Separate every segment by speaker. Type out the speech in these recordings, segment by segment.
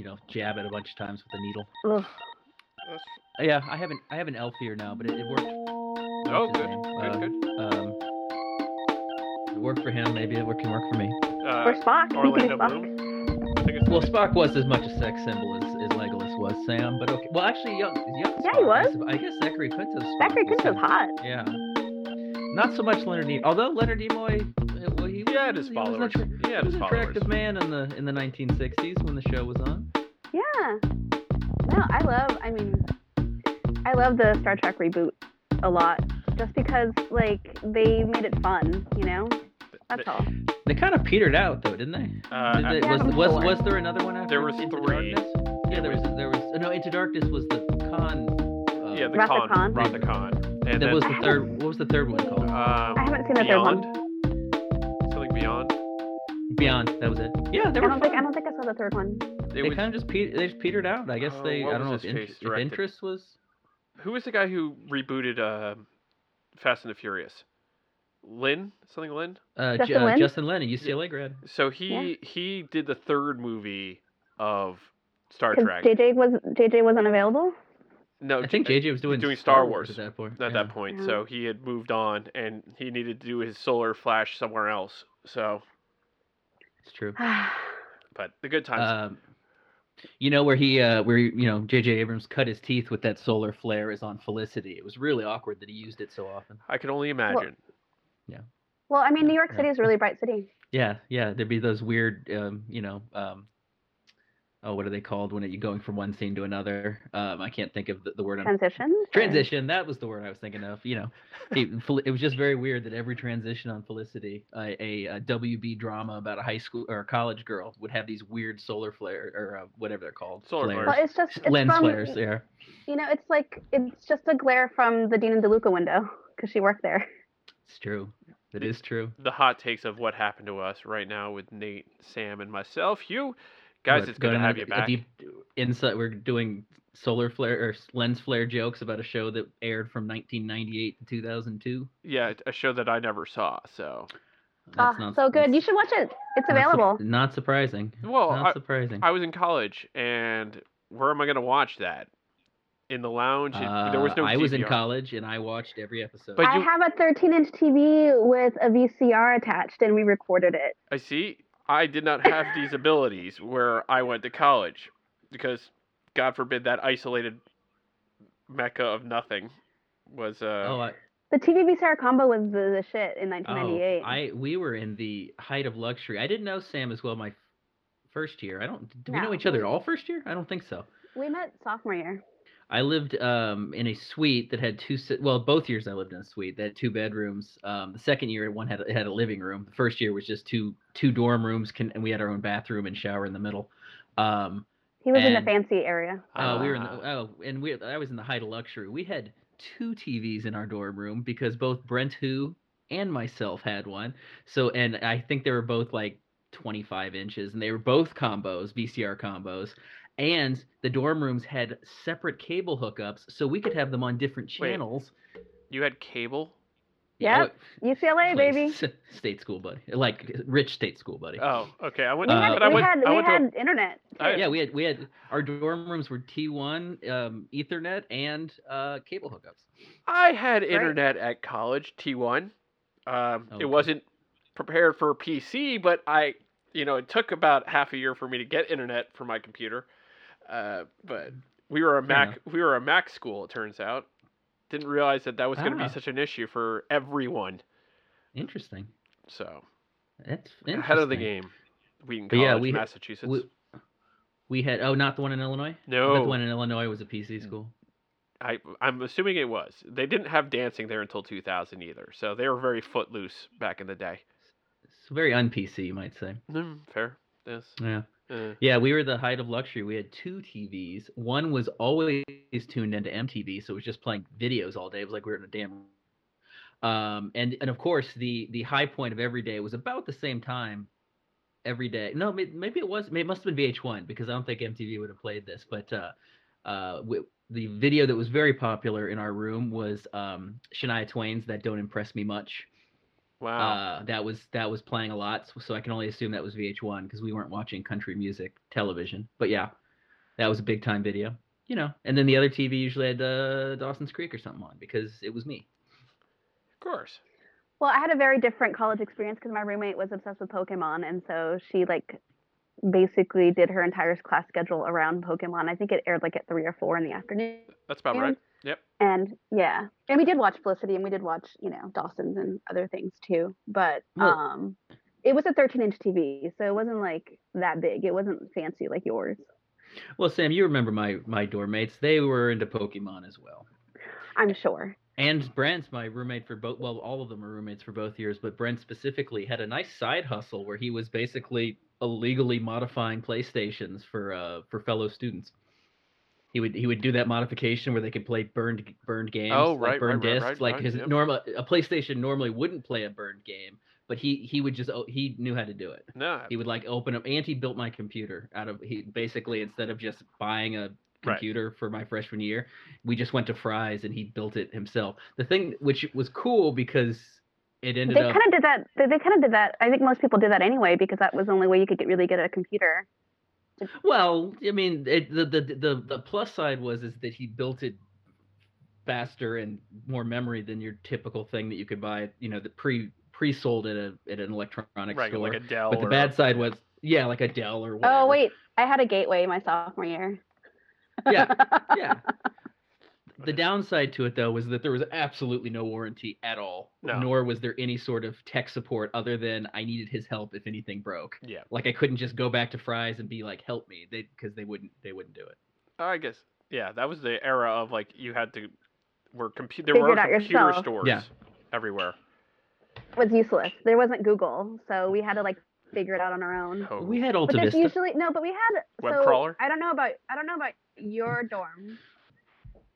Speaker 1: you know, jab it a bunch of times with a needle.
Speaker 2: Ugh.
Speaker 3: That's,
Speaker 1: Uh, Yeah, I have an I have an elf here now, but it, it worked. What's
Speaker 3: oh,
Speaker 1: his
Speaker 3: good.
Speaker 1: name?
Speaker 3: Good,
Speaker 1: Uh,
Speaker 3: good.
Speaker 1: Um, if it worked for him. Maybe it work- can work for me.
Speaker 2: Or
Speaker 3: Uh,
Speaker 2: Spock. You can be
Speaker 3: Orlando
Speaker 2: Spock.
Speaker 3: Bloom. I think it's
Speaker 1: Well, Spock was as much a sex symbol as, as Legolas was, Sam. But okay. Well, actually, young, young
Speaker 2: Yeah, he
Speaker 1: Spock, I
Speaker 2: was.
Speaker 1: sup- I guess Zachary Quinto's. Spock
Speaker 2: Zachary
Speaker 1: was
Speaker 2: Quinto's
Speaker 1: him.
Speaker 2: hot.
Speaker 1: Yeah. Not so much Leonard Nimoy. Although Leonard Nimoy, uh, well, he
Speaker 3: He had his
Speaker 1: he was an
Speaker 3: followers.
Speaker 1: attra-
Speaker 3: He had
Speaker 1: was
Speaker 3: his
Speaker 1: an
Speaker 3: followers.
Speaker 1: attractive man in the in the 1960s when the show was on.
Speaker 2: Yeah. No, I love. I mean, I love the Star Trek reboot a lot, just because like they made it fun. You know, that's all.
Speaker 1: They kind of petered out though, didn't they?
Speaker 3: Uh,
Speaker 1: Did they-
Speaker 2: Yeah,
Speaker 1: was,
Speaker 2: but
Speaker 1: was,
Speaker 2: four.
Speaker 1: was there another one after?
Speaker 3: There was
Speaker 1: Into
Speaker 3: three.
Speaker 1: Darkness? Yeah,
Speaker 3: It
Speaker 1: there was,
Speaker 3: was-
Speaker 1: there was. No, Into Darkness was the con. Uh,
Speaker 3: yeah, the
Speaker 2: Wrath of
Speaker 3: con,
Speaker 2: Khan.
Speaker 3: Wrath of Khan. And
Speaker 1: that
Speaker 3: then,
Speaker 1: was the third. What was the third one called?
Speaker 3: um,
Speaker 2: I haven't seen the third
Speaker 3: Beyond.
Speaker 2: one.
Speaker 3: Something Beyond.
Speaker 1: Beyond. That was it. Yeah, they
Speaker 2: I
Speaker 1: were.
Speaker 2: don't think I
Speaker 1: fun.
Speaker 2: don't think I saw the third one.
Speaker 3: It
Speaker 1: they
Speaker 3: was,
Speaker 1: kind of just pe- they just petered out. I guess
Speaker 3: Uh,
Speaker 1: they.
Speaker 3: what
Speaker 1: I don't know
Speaker 3: was
Speaker 1: if,
Speaker 3: his
Speaker 1: int-
Speaker 3: face
Speaker 1: if
Speaker 3: directed?
Speaker 1: interest was.
Speaker 3: Who was the guy who rebooted uh, Fast and the Furious? Lynn, something Lynn.
Speaker 1: Uh, J-
Speaker 2: Justin
Speaker 1: uh,
Speaker 2: Lin?
Speaker 1: Justin Lin, a UCLA grad.
Speaker 3: So he he did the third movie of Star
Speaker 2: Because
Speaker 3: Trek.
Speaker 2: JJ was JJ wasn't available.
Speaker 3: no,
Speaker 1: I think
Speaker 3: Oh, J-
Speaker 1: JJ was doing,
Speaker 3: doing Star Wars.
Speaker 1: at that point.
Speaker 3: at
Speaker 1: yeah.
Speaker 3: that point.
Speaker 2: Yeah.
Speaker 3: So he had moved on, and he needed to do his solar flash somewhere else. So,
Speaker 1: It's true.
Speaker 3: but the good times.
Speaker 1: Um, you know where he, uh, where you know JJ Abrams cut his teeth with that solar flare is on Felicity. It was really awkward that he used it so often.
Speaker 3: I can only imagine.
Speaker 2: well, I mean, New York
Speaker 1: Yeah.
Speaker 2: City is a really bright city.
Speaker 1: Yeah, yeah. There'd be those weird, um, you know, um, oh, what are they called when it, you're going from one scene to another? Um, I can't think of the, the word. I'm,
Speaker 2: Transitions. or-
Speaker 1: transition. That was the word I was thinking of. You know, it, Fel- it was just very weird that every transition on Felicity, a, a, a WB drama about a high school or a college girl, would have these weird solar flare or uh, whatever they're called,
Speaker 3: Solar
Speaker 2: Well,
Speaker 3: flares.
Speaker 2: it's just it's
Speaker 1: lens
Speaker 2: from,
Speaker 1: flares. Yeah.
Speaker 2: You know, it's like it's just a glare from the Dean and DeLuca window because she worked there.
Speaker 1: It's true. It
Speaker 3: It-
Speaker 1: is true.
Speaker 3: The hot takes of what happened to us right now with Nate, Sam, and myself. You guys,
Speaker 1: But
Speaker 3: it's good to
Speaker 1: going
Speaker 3: have
Speaker 1: into
Speaker 3: you
Speaker 1: a
Speaker 3: back.
Speaker 1: Deep insight. We're doing solar flare or s- lens flare jokes about a show that aired from 1998 to 2002.
Speaker 3: Yeah, a show that I never saw. So,
Speaker 2: Ah, so good.
Speaker 1: that's
Speaker 2: You should watch it.
Speaker 1: not
Speaker 2: It's
Speaker 1: sup-
Speaker 2: available.
Speaker 1: not surprising.
Speaker 3: well,
Speaker 1: not
Speaker 3: I,
Speaker 1: surprising.
Speaker 3: I was in college, and where am I going to watch that? In the lounge, it, there was
Speaker 1: Uh,
Speaker 3: no.
Speaker 1: I was in
Speaker 3: DVR.
Speaker 1: college and I watched every episode.
Speaker 3: But
Speaker 2: I
Speaker 3: you-
Speaker 2: have a 13 inch TV with a VCR attached, and we recorded it.
Speaker 3: I see. I did not have these abilities where I went to college, because God forbid that isolated mecca of nothing was. Uh,
Speaker 1: oh, I,
Speaker 2: The TV VCR combo was the, the shit in
Speaker 1: oh,
Speaker 2: 1998.
Speaker 1: I we were in the height of luxury. I didn't know Sam as well my f- first year. I don't. Did we know
Speaker 2: No,
Speaker 1: each other
Speaker 2: we-
Speaker 1: at all first year? I don't think so.
Speaker 2: we met sophomore year.
Speaker 1: I lived um, in a suite that had two. se- Well, both years I lived in a suite that had two bedrooms. Um, the second year, one had it had a living room. The first year was just two two dorm rooms, can, and we had our own bathroom and shower in the middle. Um,
Speaker 2: He was in the
Speaker 1: And-
Speaker 2: fancy area.
Speaker 1: uh, we were in the,
Speaker 3: Ah.
Speaker 1: oh, and we I was in the height of luxury. We had two TVs in our dorm room because both Brent who and myself had one. So and I think they were both like 25 inches, and they were both combos, VCR combos. And the dorm rooms had separate cable hookups, so we could have them on different
Speaker 3: Wait.
Speaker 1: channels.
Speaker 3: You had cable.
Speaker 1: Yeah,
Speaker 2: Yep, UCLA, baby.
Speaker 1: State school buddy, like rich state school buddy.
Speaker 3: Oh, okay. I went.
Speaker 2: We
Speaker 1: Uh,
Speaker 2: had,
Speaker 3: but I
Speaker 2: we
Speaker 3: went.
Speaker 2: had,
Speaker 3: I
Speaker 2: we
Speaker 3: went to. a-
Speaker 2: had internet.
Speaker 3: I-
Speaker 1: yeah, we had we had our dorm rooms were T1, um, Ethernet, and uh, cable hookups.
Speaker 3: I had internet at college, T1. Um,
Speaker 1: Okay.
Speaker 3: It wasn't prepared for PC, but I, you know, it took about half a year for me to get internet for my computer. Uh, but we were a Mac, we were a Mac school. It turns out. Didn't realize that that was going to
Speaker 1: Ah.
Speaker 3: be such an issue for everyone.
Speaker 1: Interesting.
Speaker 3: So
Speaker 1: That's
Speaker 3: ahead of the
Speaker 1: interesting.
Speaker 3: game. Wheaton
Speaker 1: But
Speaker 3: College,
Speaker 1: yeah, we-
Speaker 3: Massachusetts.
Speaker 1: We, we had oh, not the one in Illinois. I bet
Speaker 3: no, Mm.
Speaker 1: the one in Illinois was a PC school.
Speaker 3: I, I'm assuming it was. They didn't have dancing there until 2000 either, so they were very footloose back in the day.
Speaker 1: It's very un-PC, you might say.
Speaker 3: Mm, fair. Yes.
Speaker 1: Yeah,
Speaker 3: Uh,
Speaker 1: yeah. We were the height of luxury. We had two TVs. One was always tuned into MTV, so it was just playing videos all day. It was like we were in a damn. Um, and and of course the the high point of every day was about the same time. Every day, no, may- maybe it was. It must have been VH1 because I don't think MTV would have played this. But uh, uh, wi- the video that was very popular in our room was um, Shania Twain's "That Don't Impress Me Much."
Speaker 3: wow.
Speaker 1: Uh, that was that was playing a lot, so, so I can only assume that was VH1 because we weren't watching country music television. But yeah, That was a big time video, you know. And then the other TV usually had uh, Dawson's Creek or something on because it was me.
Speaker 3: Of course.
Speaker 2: Well, I had a very different college experience because my roommate was obsessed with Pokemon, and so she like basically did her entire class schedule around Pokemon. I think it aired like at three or four in the afternoon,
Speaker 3: That's about
Speaker 2: And-
Speaker 3: right. Yep.
Speaker 2: and yeah, and we did watch Felicity, and we did watch you know Dawson's and other things too. But
Speaker 1: Cool.
Speaker 2: um, it was a 13 inch TV, so it wasn't like that big. It wasn't fancy like yours.
Speaker 1: Well, Sam, you remember my my dorm mates? They were into Pokemon as well.
Speaker 2: I'm sure.
Speaker 1: And Brent, my roommate for both, well, all of them were roommates for both years, but Brent specifically had a nice side hustle where he was basically illegally modifying PlayStations for uh, for fellow students. He would he would do that modification where they could play burned burned games,
Speaker 3: Oh,
Speaker 1: like
Speaker 3: right,
Speaker 1: burned
Speaker 3: right, right,
Speaker 1: discs,
Speaker 3: right,
Speaker 1: like
Speaker 3: right,
Speaker 1: his
Speaker 3: yep.
Speaker 1: normal a PlayStation normally wouldn't play a burned game, but he he would just o- he knew how to do it.
Speaker 3: No.
Speaker 1: He would like open up and he built my computer out of he basically instead of just buying a
Speaker 3: Right.
Speaker 1: computer for my freshman year, we just went to Fry's and he built it himself. The thing which was cool because it ended
Speaker 2: they
Speaker 1: up
Speaker 2: kind of did that. They, they kind of did that. I think most people did that anyway because that was the only way you could get really good at a computer.
Speaker 1: well, I mean, it, the, the the the plus side was is that he built it faster and more memory than your typical thing that you could buy, you know, the pre pre-sold at a at an electronics
Speaker 3: Right,
Speaker 1: store.
Speaker 3: like a Dell.
Speaker 1: but the
Speaker 3: or
Speaker 1: bad
Speaker 3: a,
Speaker 1: side was yeah, like a Dell or whatever.
Speaker 2: Oh wait, I had a gateway my sophomore year.
Speaker 1: Yeah. yeah. The
Speaker 3: Nice.
Speaker 1: downside to it though was that there was absolutely no warranty at all,
Speaker 3: No.
Speaker 1: nor was there any sort of tech support other than I needed his help if anything broke.
Speaker 3: Yeah.
Speaker 1: Like I couldn't just go back to Fry's and be like, "Help me," they because they wouldn't they wouldn't do it.
Speaker 3: Oh, I guess. Yeah, that was the era of like you had to were compu- there
Speaker 2: Figure
Speaker 3: were
Speaker 2: it out
Speaker 3: computer
Speaker 2: yourself.
Speaker 3: stores
Speaker 1: Yeah.
Speaker 3: everywhere.
Speaker 2: was useless. There wasn't Google, so we had to like figure it out on our own.
Speaker 3: Oh,
Speaker 1: We had
Speaker 2: But there's
Speaker 1: Altavista.
Speaker 2: usually no, but we had
Speaker 3: Web
Speaker 2: so
Speaker 3: crawler?
Speaker 2: I don't know about I don't know about your dorm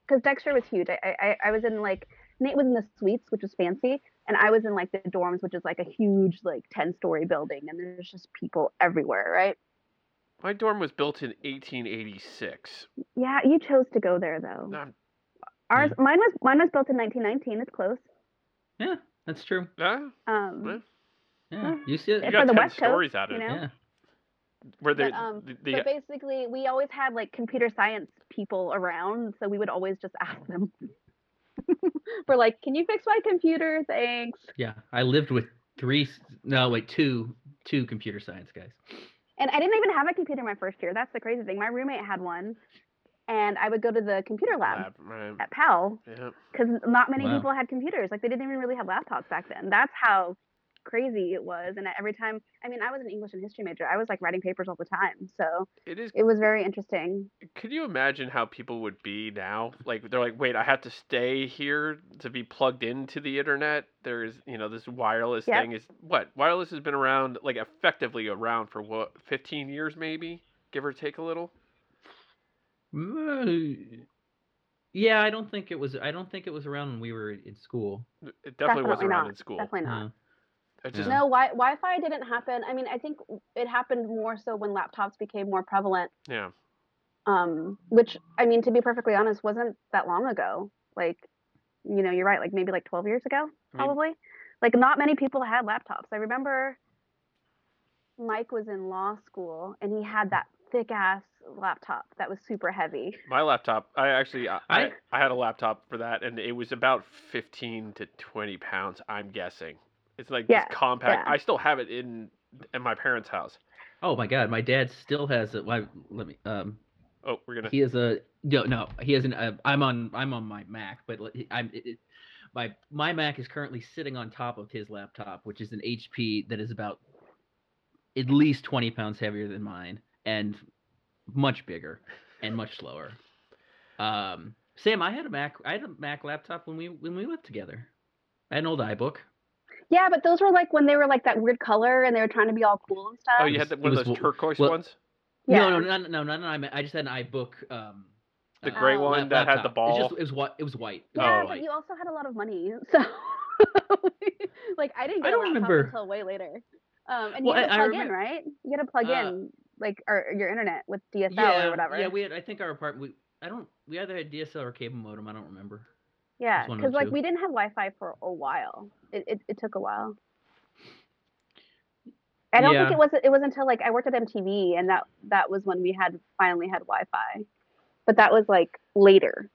Speaker 2: because Dexter was huge. I, I- I I was in like Nate was in the suites, which was fancy, and I was in like the dorms, which is like a huge like ten story building, and there's just people everywhere, right?
Speaker 3: my dorm was built in 1886.
Speaker 2: Yeah, you chose to go there though.
Speaker 3: Um,
Speaker 2: Ours, mine was mine was built in 1919. It's close.
Speaker 1: yeah, that's true.
Speaker 3: no,
Speaker 2: Um,
Speaker 3: Really?
Speaker 1: Yeah,
Speaker 2: Huh.
Speaker 1: you see
Speaker 3: you
Speaker 1: it.
Speaker 2: It's
Speaker 3: got
Speaker 2: on the
Speaker 3: 10
Speaker 2: West Coast,
Speaker 3: stories out of
Speaker 2: you
Speaker 3: it.
Speaker 2: know?
Speaker 1: Yeah,
Speaker 3: Where they,
Speaker 2: But, um,
Speaker 3: the, uh, the,
Speaker 2: but basically, we always had like computer science people around, so we would always just ask them. We're like, "Can you fix my computer? Thanks."
Speaker 1: yeah. I lived with three. s- No, wait, two two computer science guys.
Speaker 2: And I didn't even have a computer my first year. That's the crazy thing. My roommate had one, and I would go to the computer lab
Speaker 3: lab, right,
Speaker 2: at Pal
Speaker 3: yeah.
Speaker 2: because not many
Speaker 1: Wow.
Speaker 2: people had computers. Like they didn't even really have laptops back then. That's how crazy it was. And every time, I mean, I was an English and history major. I was like writing papers all the time, so
Speaker 3: It is.
Speaker 2: it was very interesting.
Speaker 3: Could you imagine how people would be now? Like they're like, wait, I have to stay here to be plugged into the internet. There is, you know, this wireless
Speaker 2: Yep.
Speaker 3: thing is what wireless has been around, like effectively around for what 15 years, maybe, give or take a little.
Speaker 1: Mm, Yeah, I don't think it was. I don't think it was around when we were in school.
Speaker 3: It definitely, was
Speaker 2: Definitely
Speaker 3: around
Speaker 2: not.
Speaker 3: in school.
Speaker 2: Definitely not.
Speaker 1: No.
Speaker 3: I just
Speaker 1: Yeah.
Speaker 2: No, wi- Wi-Fi didn't happen. I mean, I think it happened more so when laptops became more prevalent.
Speaker 3: yeah.
Speaker 2: Um, which I mean, to be perfectly honest, wasn't that long ago. Like, you know, you're right. Like maybe like 12 years ago,
Speaker 3: I mean,
Speaker 2: probably. Like not many people had laptops. I remember Mike was in law school and he had that thick ass laptop that was super heavy.
Speaker 3: my laptop. I actually, I, I,
Speaker 1: I-
Speaker 3: I had a laptop for that, and it was about 15 to 20 pounds. I'm guessing. It's like
Speaker 2: Yeah,
Speaker 3: this compact.
Speaker 2: yeah.
Speaker 3: I still have it in in my parents' house.
Speaker 1: Oh my God, my dad still has it. Why? Let me. Um,
Speaker 3: Oh, we're gonna.
Speaker 1: he is a no no he has an uh, i'm on i'm on my mac but let- i'm it, it- my my mac is currently sitting on top of his laptop which is an hp that is about at least 20 pounds heavier than mine and much bigger and much slower um sam i had a mac i had a mac laptop when we when we lived together i had an old ibook
Speaker 2: Yeah, but those were like when they were like that weird color and they were trying to be all cool and stuff.
Speaker 3: Oh, you
Speaker 1: was-
Speaker 3: had the,
Speaker 1: it
Speaker 3: one of
Speaker 1: was
Speaker 3: those
Speaker 1: wh-
Speaker 3: turquoise
Speaker 1: well-
Speaker 3: ones,
Speaker 2: Yeah.
Speaker 1: no no no no no no i meant- i just had an ibook um
Speaker 3: the
Speaker 1: uh,
Speaker 3: gray
Speaker 2: Oh.
Speaker 3: one
Speaker 1: lap-
Speaker 3: that had
Speaker 1: laptop.
Speaker 3: the
Speaker 1: It's
Speaker 3: ball. Oh,
Speaker 1: just- it was white it was white It was
Speaker 2: Yeah,
Speaker 1: all
Speaker 2: but
Speaker 1: white.
Speaker 2: you also had a lot of money, so like I didn't
Speaker 1: I
Speaker 2: get a
Speaker 1: don't
Speaker 2: laptop
Speaker 1: remember.
Speaker 2: until way later. Um, and
Speaker 1: Well,
Speaker 2: you had to
Speaker 1: I- I
Speaker 2: plug in,
Speaker 1: remem-
Speaker 2: right? You had to plug
Speaker 1: Uh,
Speaker 2: in like or, your internet with DSL
Speaker 1: yeah,
Speaker 2: or whatever.
Speaker 1: Yeah, we had. I think our apartment. We, I don't. We either had DSL or cable modem. I don't remember.
Speaker 2: Yeah,
Speaker 1: It's one of
Speaker 2: because
Speaker 1: the
Speaker 2: like
Speaker 1: two.
Speaker 2: we didn't have Wi-Fi for a while. It, it it took a while. I don't
Speaker 1: Yeah.
Speaker 2: think it was it was until like I worked at MTV and that that was when we had finally had Wi-Fi. But that was like later.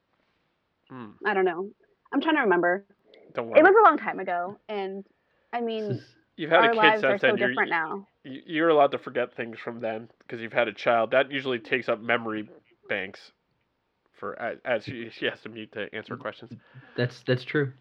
Speaker 3: Hmm,
Speaker 2: I don't know. I'm trying to remember.
Speaker 3: don't worry.
Speaker 2: It was a long time ago and I mean
Speaker 1: This is-
Speaker 3: You've had
Speaker 2: our
Speaker 3: a kid
Speaker 2: lives are
Speaker 3: since
Speaker 2: so
Speaker 3: then. You're,
Speaker 2: different now.
Speaker 3: you- you're allowed to forget things from then because you've had a child. That usually takes up memory banks for as, as she, she has to mute to answer questions.
Speaker 1: that's that's true.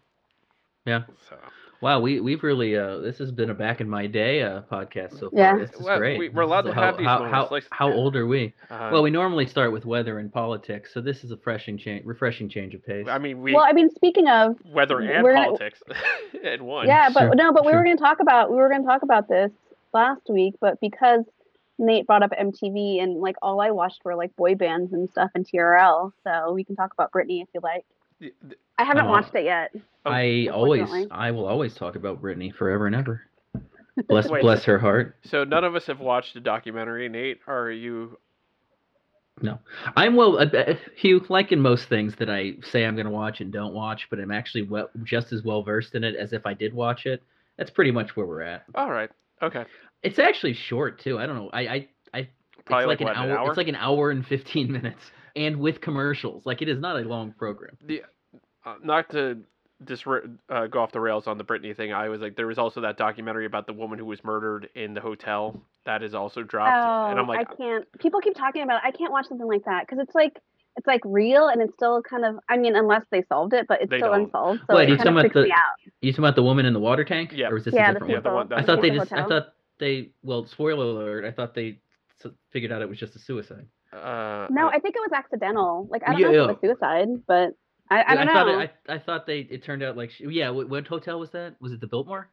Speaker 3: So
Speaker 1: Wow, we we've really uh this has been a back in my day uh podcast so far.
Speaker 2: Yeah.
Speaker 1: This is
Speaker 3: Well,
Speaker 1: great.
Speaker 3: we- we're
Speaker 1: This
Speaker 3: allowed
Speaker 1: is-
Speaker 3: to
Speaker 1: how,
Speaker 3: have these
Speaker 1: how,
Speaker 3: moments,
Speaker 1: How,
Speaker 3: like-
Speaker 1: how old are we?
Speaker 3: uh,
Speaker 1: well, we normally start with weather and politics, so this is a refreshing change, refreshing change of pace.
Speaker 3: I mean, we
Speaker 2: well, I mean speaking of
Speaker 3: weather and
Speaker 2: we're-
Speaker 3: politics in one.
Speaker 2: Yeah, but
Speaker 1: Sure,
Speaker 2: no, but we
Speaker 1: sure.
Speaker 2: were going to talk about we were going to talk about this last week, but because Nate brought up MTV and like all I watched were like boy bands and stuff and TRL, so we can talk about Britney if you like.
Speaker 3: The- the-
Speaker 2: I haven't
Speaker 1: Oh.
Speaker 2: watched it yet.
Speaker 3: oh,
Speaker 1: I always,
Speaker 2: unfortunately.
Speaker 1: I will always talk about Brittany forever and ever. Bless,
Speaker 3: Wait.
Speaker 1: bless her heart.
Speaker 3: So none of us have watched the documentary. Nate, are you?
Speaker 1: I'm well, uh, uh, Hugh. Like in most things that I say I'm going to watch and don't watch, but I'm actually well, just as well versed in it as if I did watch it. That's pretty much where we're at.
Speaker 3: All right. Okay.
Speaker 1: It's
Speaker 3: It's
Speaker 1: actually short too. I don't know. I, I, I it's
Speaker 3: Probably like,
Speaker 1: an,
Speaker 3: what,
Speaker 1: hour, It's like an hour and fifteen minutes, and with commercials. Like it is not a long program.
Speaker 3: uh, not to disre- uh, go off the rails on the Britney thing. I was like, there was also that documentary about the woman who was murdered in the hotel that is also dropped,
Speaker 2: Oh,
Speaker 3: and I'm like,
Speaker 2: I can't. People keep talking about it. I can't watch something like that because it's like it's like real and it's still kind of. I mean, unless they solved it, but it's
Speaker 3: They
Speaker 2: still
Speaker 3: don't.
Speaker 2: unsolved, so
Speaker 1: Wait,
Speaker 2: it
Speaker 1: you're
Speaker 2: kind
Speaker 1: talking
Speaker 2: of
Speaker 1: about
Speaker 2: freaks me
Speaker 1: the-
Speaker 2: out.
Speaker 1: You talking about the woman in the water tank?
Speaker 3: Yeah.
Speaker 1: Or is this
Speaker 2: Yeah,
Speaker 1: a
Speaker 2: the
Speaker 1: different one?
Speaker 3: the
Speaker 2: people.
Speaker 3: one-
Speaker 1: I
Speaker 3: that's
Speaker 1: thought they
Speaker 2: the
Speaker 1: just. I
Speaker 2: hotel.
Speaker 1: thought they. Well, spoiler alert. I thought they s- figured out it was just a suicide.
Speaker 3: uh,
Speaker 2: No,
Speaker 3: I,
Speaker 2: I think it was accidental. Like I don't
Speaker 1: Yeah.
Speaker 2: know if it was suicide, but I, I
Speaker 1: Yeah,
Speaker 2: don't
Speaker 1: thought
Speaker 2: know.
Speaker 1: it, I, I thought they. It turned out like. She, yeah. What, what hotel was that? Was it the Biltmore?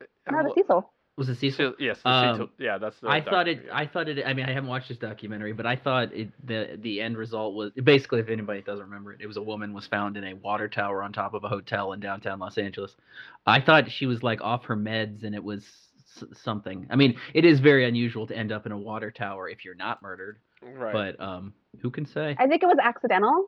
Speaker 2: no,
Speaker 3: well,
Speaker 2: the Cecil.
Speaker 1: Was it Cecil?
Speaker 3: so- yes, the
Speaker 1: Um,
Speaker 3: Cecil- yeah, that's. The
Speaker 1: I thought it.
Speaker 3: documentary.
Speaker 1: I thought it. I mean, I haven't watched this documentary, but I thought it, the the end result was basically, if anybody doesn't remember it, it was a woman was found in a water tower on top of a hotel in downtown Los Angeles. I thought she was like off her meds, and it was s- something. I mean, it is very unusual to end up in a water tower if you're not murdered,
Speaker 3: right.
Speaker 1: but um, who can say?
Speaker 2: I think it was accidental.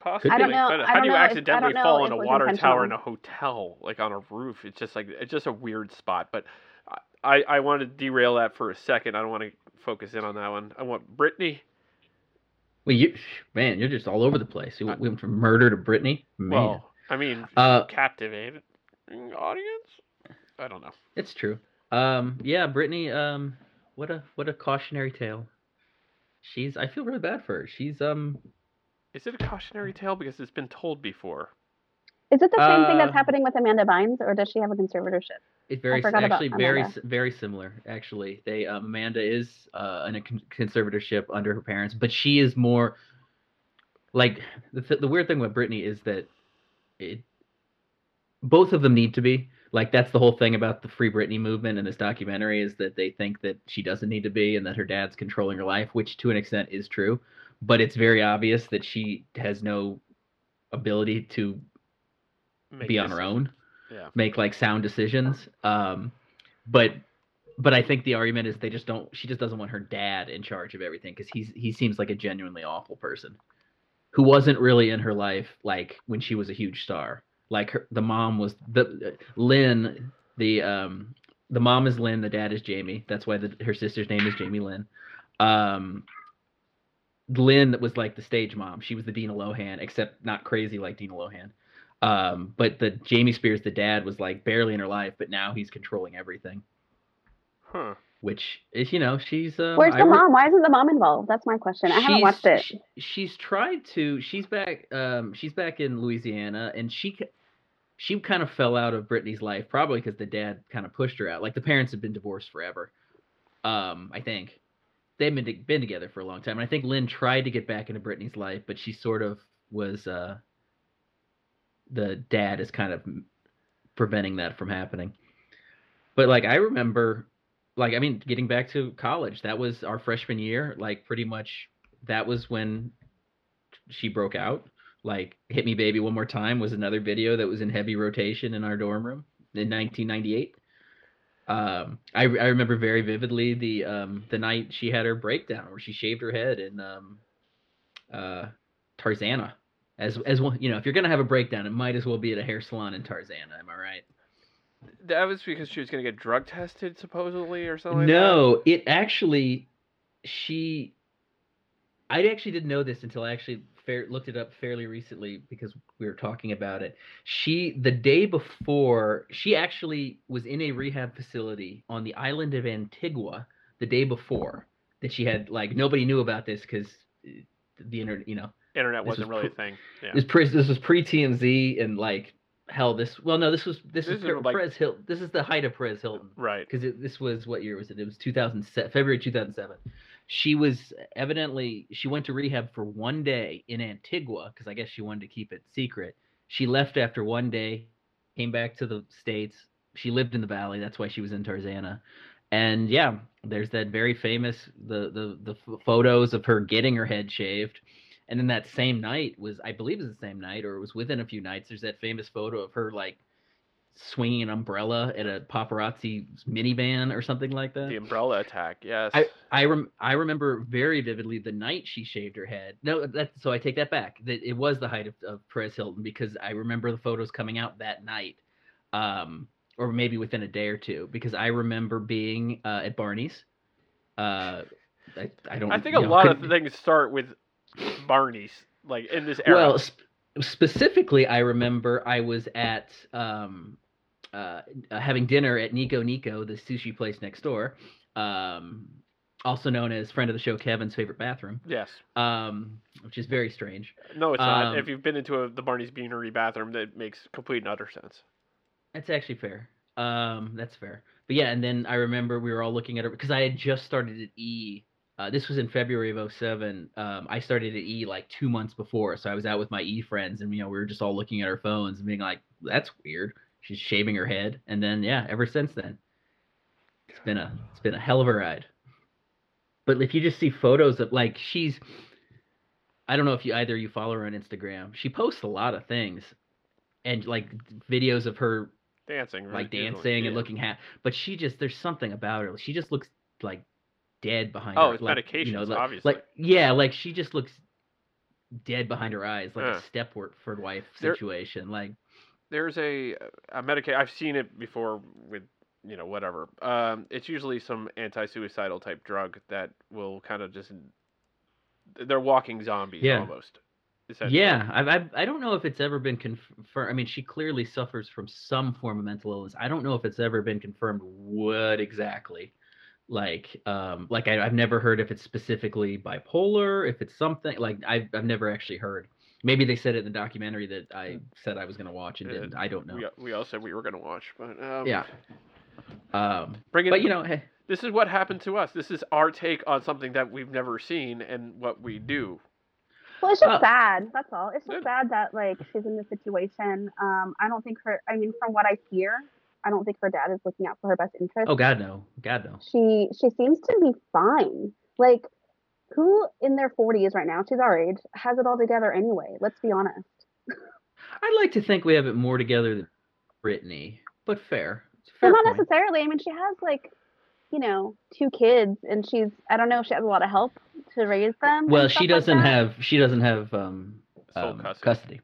Speaker 3: Possibly.
Speaker 1: I don't
Speaker 2: know-
Speaker 3: but
Speaker 2: I
Speaker 3: how
Speaker 2: don't
Speaker 3: do you
Speaker 2: know if- I
Speaker 3: accidentally
Speaker 2: don't know
Speaker 3: fall
Speaker 2: if
Speaker 3: in a
Speaker 2: it was
Speaker 3: water tower in a
Speaker 2: intentional.
Speaker 3: hotel, like on a roof? It's just like it's just a weird spot. But I- I I want to derail that for a second. I don't want to focus in on that one. I want Brittany.
Speaker 1: Well, you man, you're just all over the place. We
Speaker 3: I-
Speaker 1: went we went from murder to Britney. Man,
Speaker 3: Well, I mean,
Speaker 1: uh,
Speaker 3: captivated audience. I don't know.
Speaker 1: It's true. Um, yeah, Brittany. Um, what a what a cautionary tale. She's. I feel really bad for her. She's. Um.
Speaker 3: Is it a cautionary tale because it's been told before?
Speaker 2: Is it the same thing
Speaker 1: Uh,
Speaker 2: that's happening with Amanda Bynes, or does she have a conservatorship?
Speaker 1: It very s-
Speaker 2: forgot about
Speaker 1: actually very
Speaker 2: Amanda.
Speaker 1: s- very similar. Actually, they uh, Amanda is uh, in a con- conservatorship under her parents, but she is more. Like the th- the weird thing with Brittany is that, it. Both of them need to be like that's the whole thing about the free Britney movement in this documentary is that they think that she doesn't need to be and that her dad's controlling her life, which to an extent is true. but it's very obvious that she has no ability to
Speaker 3: Make
Speaker 1: be on her
Speaker 3: this-
Speaker 1: own
Speaker 3: Yeah.
Speaker 1: make like sound decisions um but but i think the argument is they just don't she just doesn't want her dad in charge of everything because he's he seems like a genuinely awful person who wasn't really in her life like when she was a huge star like her, the mom was the lynn the um the mom is lynn the dad is jamie that's why the, her sister's name is jamie lynn um lynn that was like the stage mom she was the dina lohan except not crazy like dina lohan um, but the Jamie Spears, the dad, was like barely in her life, but now he's controlling everything,
Speaker 3: Huh.
Speaker 1: which is you know she's. Um,
Speaker 2: Where's the
Speaker 1: I re-
Speaker 2: mom? Why isn't the mom involved? That's my question. I haven't
Speaker 1: she's-
Speaker 2: watched it.
Speaker 1: sh- she's tried to. She's back. Um, she's back in Louisiana, and she c- she kind of fell out of Brittany's life, probably because the dad kind of pushed her out. Like the parents had been divorced forever. Um, I think they've been been together for a long time, and I think Lynn tried to get back into Brittany's life, but she sort of was. Uh, the dad is kind of m- preventing that from happening. But like I remember, like I mean, getting back to college, that was our freshman year. Like pretty much that was when she broke out. Like "Hit Me Baby One More Time" was another video that was in heavy rotation in our dorm room in 1998. Um, I, I remember very vividly the um, the night she had her breakdown where she shaved her head in um, uh, Tarzana. As as one, you know, if you're gonna have a breakdown, it might as well be at a hair salon in Tarzana. Am I right?
Speaker 3: that was because she was going to get drug tested supposedly or something. like that?
Speaker 1: No, it actually, she, I actually didn't know this until I actually fair, looked it up fairly recently because we were talking about it. She, the day before, she actually was in a rehab facility on the island of Antigua the day before that she had, like, nobody knew about this because the internet, you know,
Speaker 3: internet
Speaker 1: This was
Speaker 3: wasn't really
Speaker 1: pr-
Speaker 3: a thing. Yeah.
Speaker 1: this pre this was pre TMZ and like hell this well no this was this,
Speaker 3: This
Speaker 1: is
Speaker 3: is
Speaker 1: Pre-
Speaker 3: like-
Speaker 1: Perez Hilton this is the height of Perez Hilton
Speaker 3: right.
Speaker 1: because this was what year was it it was 2007 February 2007 she was evidently she went to rehab for one day in Antigua because I guess she wanted to keep it secret she left after one day came back to the states she lived in the valley that's why she was in Tarzana and yeah there's that very famous the the the ph- photos of her getting her head shaved and then that same night was i believe it was the same night or it was within a few nights there's that famous photo of her like swinging an umbrella at a paparazzi minivan or something like that
Speaker 3: The umbrella attack. Yes.
Speaker 1: Uh, I I, rem- I remember very vividly the night she shaved her head. No, that so I take that back. That it was the height of, of Perez Hilton because I remember the photos coming out that night, um, or maybe within a day or two. Because I remember being uh, at Barney's. Uh, I, I don't.
Speaker 3: I think
Speaker 1: you
Speaker 3: a
Speaker 1: know,
Speaker 3: lot of
Speaker 1: couldn't-
Speaker 3: things start with Barney's, like in this era.
Speaker 1: Well, sp- specifically, I remember I was at um, uh, uh, having dinner at Nico Nico, the sushi place next door, um, also known as friend of the show Kevin's favorite bathroom,
Speaker 3: yes.
Speaker 1: um, which is very strange.
Speaker 3: No, it's not.
Speaker 1: Um,
Speaker 3: If you've been into a, the Barney's Beanery bathroom, that makes complete and utter sense.
Speaker 1: That's actually fair. Um, that's fair. But yeah, and then I remember we were all looking at it because I had just started at E. Uh, this was in February of 07. Um, I started at E like two months before, so I was out with my E friends, and you know we were just all looking at our phones and being like, "That's weird." She's shaving her head, and then yeah, ever since then, it's been a it's been a hell of a ride. But if you just see photos of like she's, I don't know if you either you follow her on Instagram. She posts a lot of things, and like videos of her
Speaker 3: Dancing,
Speaker 1: like
Speaker 3: usually,
Speaker 1: dancing and
Speaker 3: yeah.
Speaker 1: looking happy. But she just there's something about her. She just looks like dead behind.
Speaker 3: Oh,
Speaker 1: her.
Speaker 3: it's
Speaker 1: like, You know,
Speaker 3: medications,
Speaker 1: like,
Speaker 3: obviously.
Speaker 1: like yeah, like she just looks dead behind her eyes, like
Speaker 3: Huh.
Speaker 1: a Stepford wife
Speaker 3: There-
Speaker 1: situation. Like
Speaker 3: There's a a medica I've seen it before with you know whatever. Um, it's usually some anti-suicidal type drug that will kind of just they're walking zombies
Speaker 1: Yeah.
Speaker 3: almost. essentially.
Speaker 1: yeah, I've, I've I don't know if it's ever been confirmed. I mean, she clearly suffers from some form of mental illness. I don't know if it's ever been confirmed what exactly. Like, um, like I, I've never heard if it's specifically bipolar, if it's something like I've I've never actually heard. Maybe they said it in the documentary that I said I was gonna watch and
Speaker 3: Uh,
Speaker 1: didn't. I don't know.
Speaker 3: We, we all said we were gonna watch, but um,
Speaker 1: Yeah. Um,
Speaker 3: Bring it,
Speaker 1: but you know, hey,
Speaker 3: this is what happened to us. This is our take on something that we've never seen and what we do.
Speaker 2: Well, it's just
Speaker 1: Well-
Speaker 2: sad. That's all. It's just
Speaker 3: Good.
Speaker 2: sad that like she's in this situation. Um, I don't think her. I mean, from what I hear, I don't think her dad is looking out for her best interest.
Speaker 1: oh God no, God no.
Speaker 2: She she seems to be fine. Like, who in their forties right now? She's our age. Has it all together anyway. Let's be honest.
Speaker 1: I'd like to think we have it more together than Brittany, but fair. It's a fair
Speaker 2: Well, not
Speaker 1: point.
Speaker 2: necessarily. I mean, she has like, you know, two kids, and she's. I don't know if she has a lot of help to raise them.
Speaker 1: well
Speaker 2: and stuff
Speaker 1: she
Speaker 2: like
Speaker 1: doesn't
Speaker 2: that.
Speaker 1: have she doesn't have um,
Speaker 3: Sole
Speaker 1: um,
Speaker 3: custody.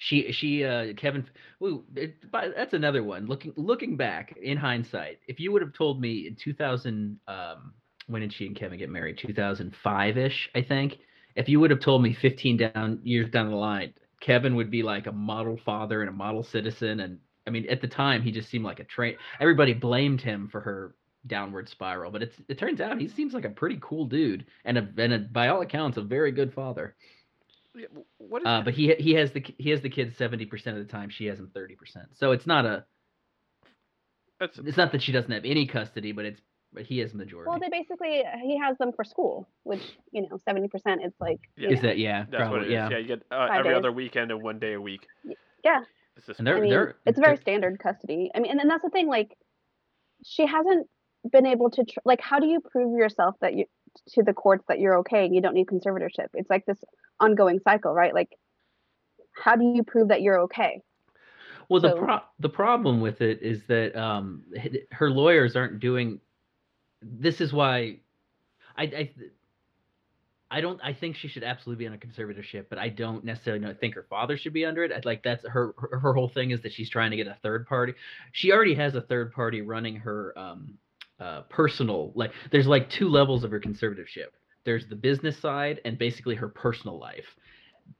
Speaker 1: she she uh kevin ooh, it, by, that's another one looking looking back in hindsight if you would have told me in 2000 um when did she and kevin get married 2005ish i think if you would have told me 15 down years down the line kevin would be like a model father and a model citizen and i mean at the time he just seemed like a train everybody blamed him for her downward spiral. But it's it turns out he seems like a pretty cool dude and a and a, by all accounts a very good father.
Speaker 3: Yeah, w- What is
Speaker 1: Uh, but he he has the ki- he has the kids seventy percent of the time. She has him thirty percent. So it's not a
Speaker 3: that's
Speaker 1: it's not that she doesn't have any custody, but it's but he has majority.
Speaker 2: Well, they basically he has them for school, which you know, seventy percent is like. you
Speaker 3: Yeah.
Speaker 1: is that yeah
Speaker 3: that's
Speaker 1: probably
Speaker 3: what it is.
Speaker 1: yeah.
Speaker 3: Yeah, you get uh,
Speaker 2: Five
Speaker 3: every
Speaker 2: days.
Speaker 3: other weekend and one day a week.
Speaker 2: yeah.
Speaker 3: It's just
Speaker 1: And they're-
Speaker 2: I
Speaker 1: Or
Speaker 2: mean, it's very
Speaker 1: they're-
Speaker 2: standard custody. I mean, and, and that's the thing. Like, she hasn't been able to tr- like. How do you prove yourself that you to the courts that you're okay and you don't need conservatorship? It's like this ongoing cycle, right? Like, how do you prove that you're okay?
Speaker 1: Well, the
Speaker 2: So-
Speaker 1: pro- the problem with it is that um, h- her lawyers aren't doing. This is why, I, I I don't. I think she should absolutely be on a conservative ship, but I don't necessarily know, think her father should be under it. I'd like that's her, her. Her whole thing is that she's trying to get a third party. She already has a third party running her um, uh, personal. Like there's like two levels of her conservative ship. There's the business side and basically her personal life.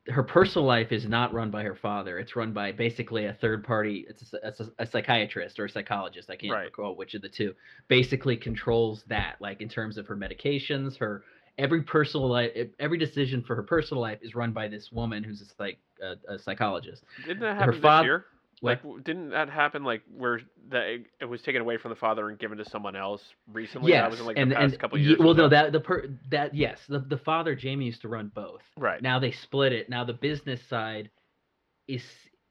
Speaker 1: Her personal life is not run by her father. It's run by basically a third party. It's a, it's a, a psychiatrist or a psychologist. I can't
Speaker 3: Right.
Speaker 1: recall which of the two. Basically controls that, like in terms of her medications, her every personal life, e, every decision for her personal life is run by this woman who's a psych, a, a psychologist.
Speaker 3: Didn't that happen
Speaker 1: fath-
Speaker 3: this year?
Speaker 1: What?
Speaker 3: Like, w- didn't that happen like where that it, it was taken away from the father and given to someone else recently? That was in like the past couple
Speaker 1: ye-
Speaker 3: years.
Speaker 1: well,
Speaker 3: was
Speaker 1: no, that the per, that yes, the, the father Jamie used to run both.
Speaker 3: right.
Speaker 1: Now they split it. Now the business side is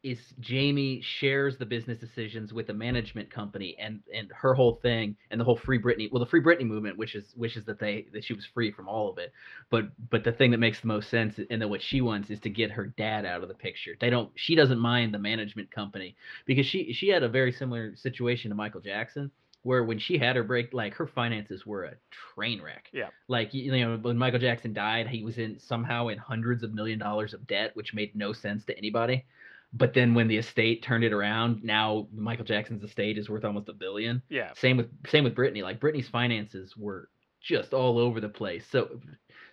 Speaker 1: is Jamie shares the business decisions with the management company and and her whole thing and the whole free Britney well the free Britney movement which is which is that they that she was free from all of it but but the thing that makes the most sense and then what she wants is to get her dad out of the picture they don't she doesn't mind the management company because she she had a very similar situation to Michael Jackson where when she had her break like her finances were a train wreck
Speaker 3: Yeah.
Speaker 1: like you you know when Michael Jackson died he was in somehow in hundreds of million dollars of debt which made no sense to anybody but then when the estate turned it around now Michael Jackson's estate is worth almost a billion
Speaker 3: Yeah.
Speaker 1: same with same with Britney. Like Britney's finances were just all over the place. So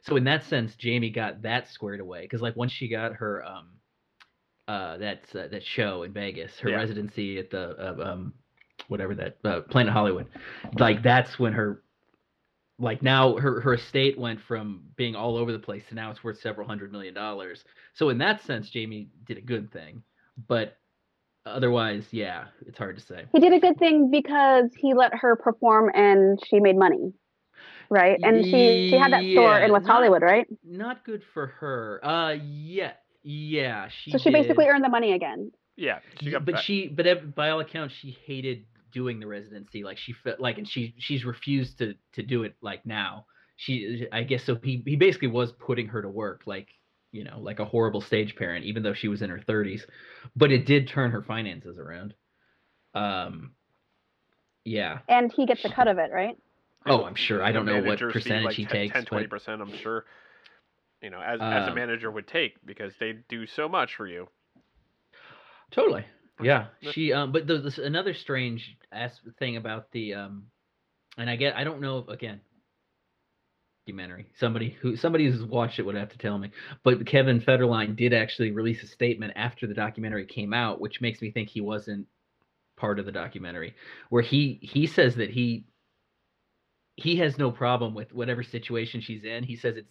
Speaker 1: so in that sense, Jamie got that squared away because like once she got her um uh that uh, that show in Vegas, her
Speaker 3: Yeah.
Speaker 1: residency at the uh, um whatever that uh, Planet Hollywood, like that's when her like now her her estate went from being all over the place to now it's worth several hundred million dollars. So in that sense, Jamie did a good thing, but otherwise, yeah, it's hard to say.
Speaker 2: He did a good thing because he let her perform and she made money. Right? And she she had that store
Speaker 1: Yeah,
Speaker 2: in West
Speaker 1: not-
Speaker 2: Hollywood, right?
Speaker 1: not good for her. Uh, yeah, yeah, she.
Speaker 2: So she basically
Speaker 1: did.
Speaker 2: earned the money again.
Speaker 3: Yeah. She
Speaker 1: Y-
Speaker 3: got
Speaker 1: but
Speaker 3: back-
Speaker 1: she, but ev- by all accounts, she hated doing the residency. Like she felt like, and she she's refused to to do it. Like now, she, I guess, so he he basically was putting her to work. Like you know, like a horrible stage parent, even though she was in her thirties. But it did turn her finances around. Um. Yeah.
Speaker 2: And he gets a cut of it, right?
Speaker 1: Oh, I'm sure. I
Speaker 3: the
Speaker 1: don't know what
Speaker 3: managers see,
Speaker 1: percentage
Speaker 3: like
Speaker 1: he
Speaker 3: 10
Speaker 1: takes.
Speaker 3: 10,
Speaker 1: but-
Speaker 3: 20 percent. I'm sure. You know, as as a
Speaker 1: Um,
Speaker 3: manager would take because they do so much for you.
Speaker 1: Totally. Yeah.
Speaker 3: Yeah.
Speaker 1: She. Um. But the, this another strange ass thing about the um, and I get I don't know if- again. Documentary. Somebody who somebody who's watched it would have to tell me. But Kevin Federline did actually release a statement after the documentary came out, which makes me think he wasn't part of the documentary, where he he says that he he has no problem with whatever situation she's in. He says it's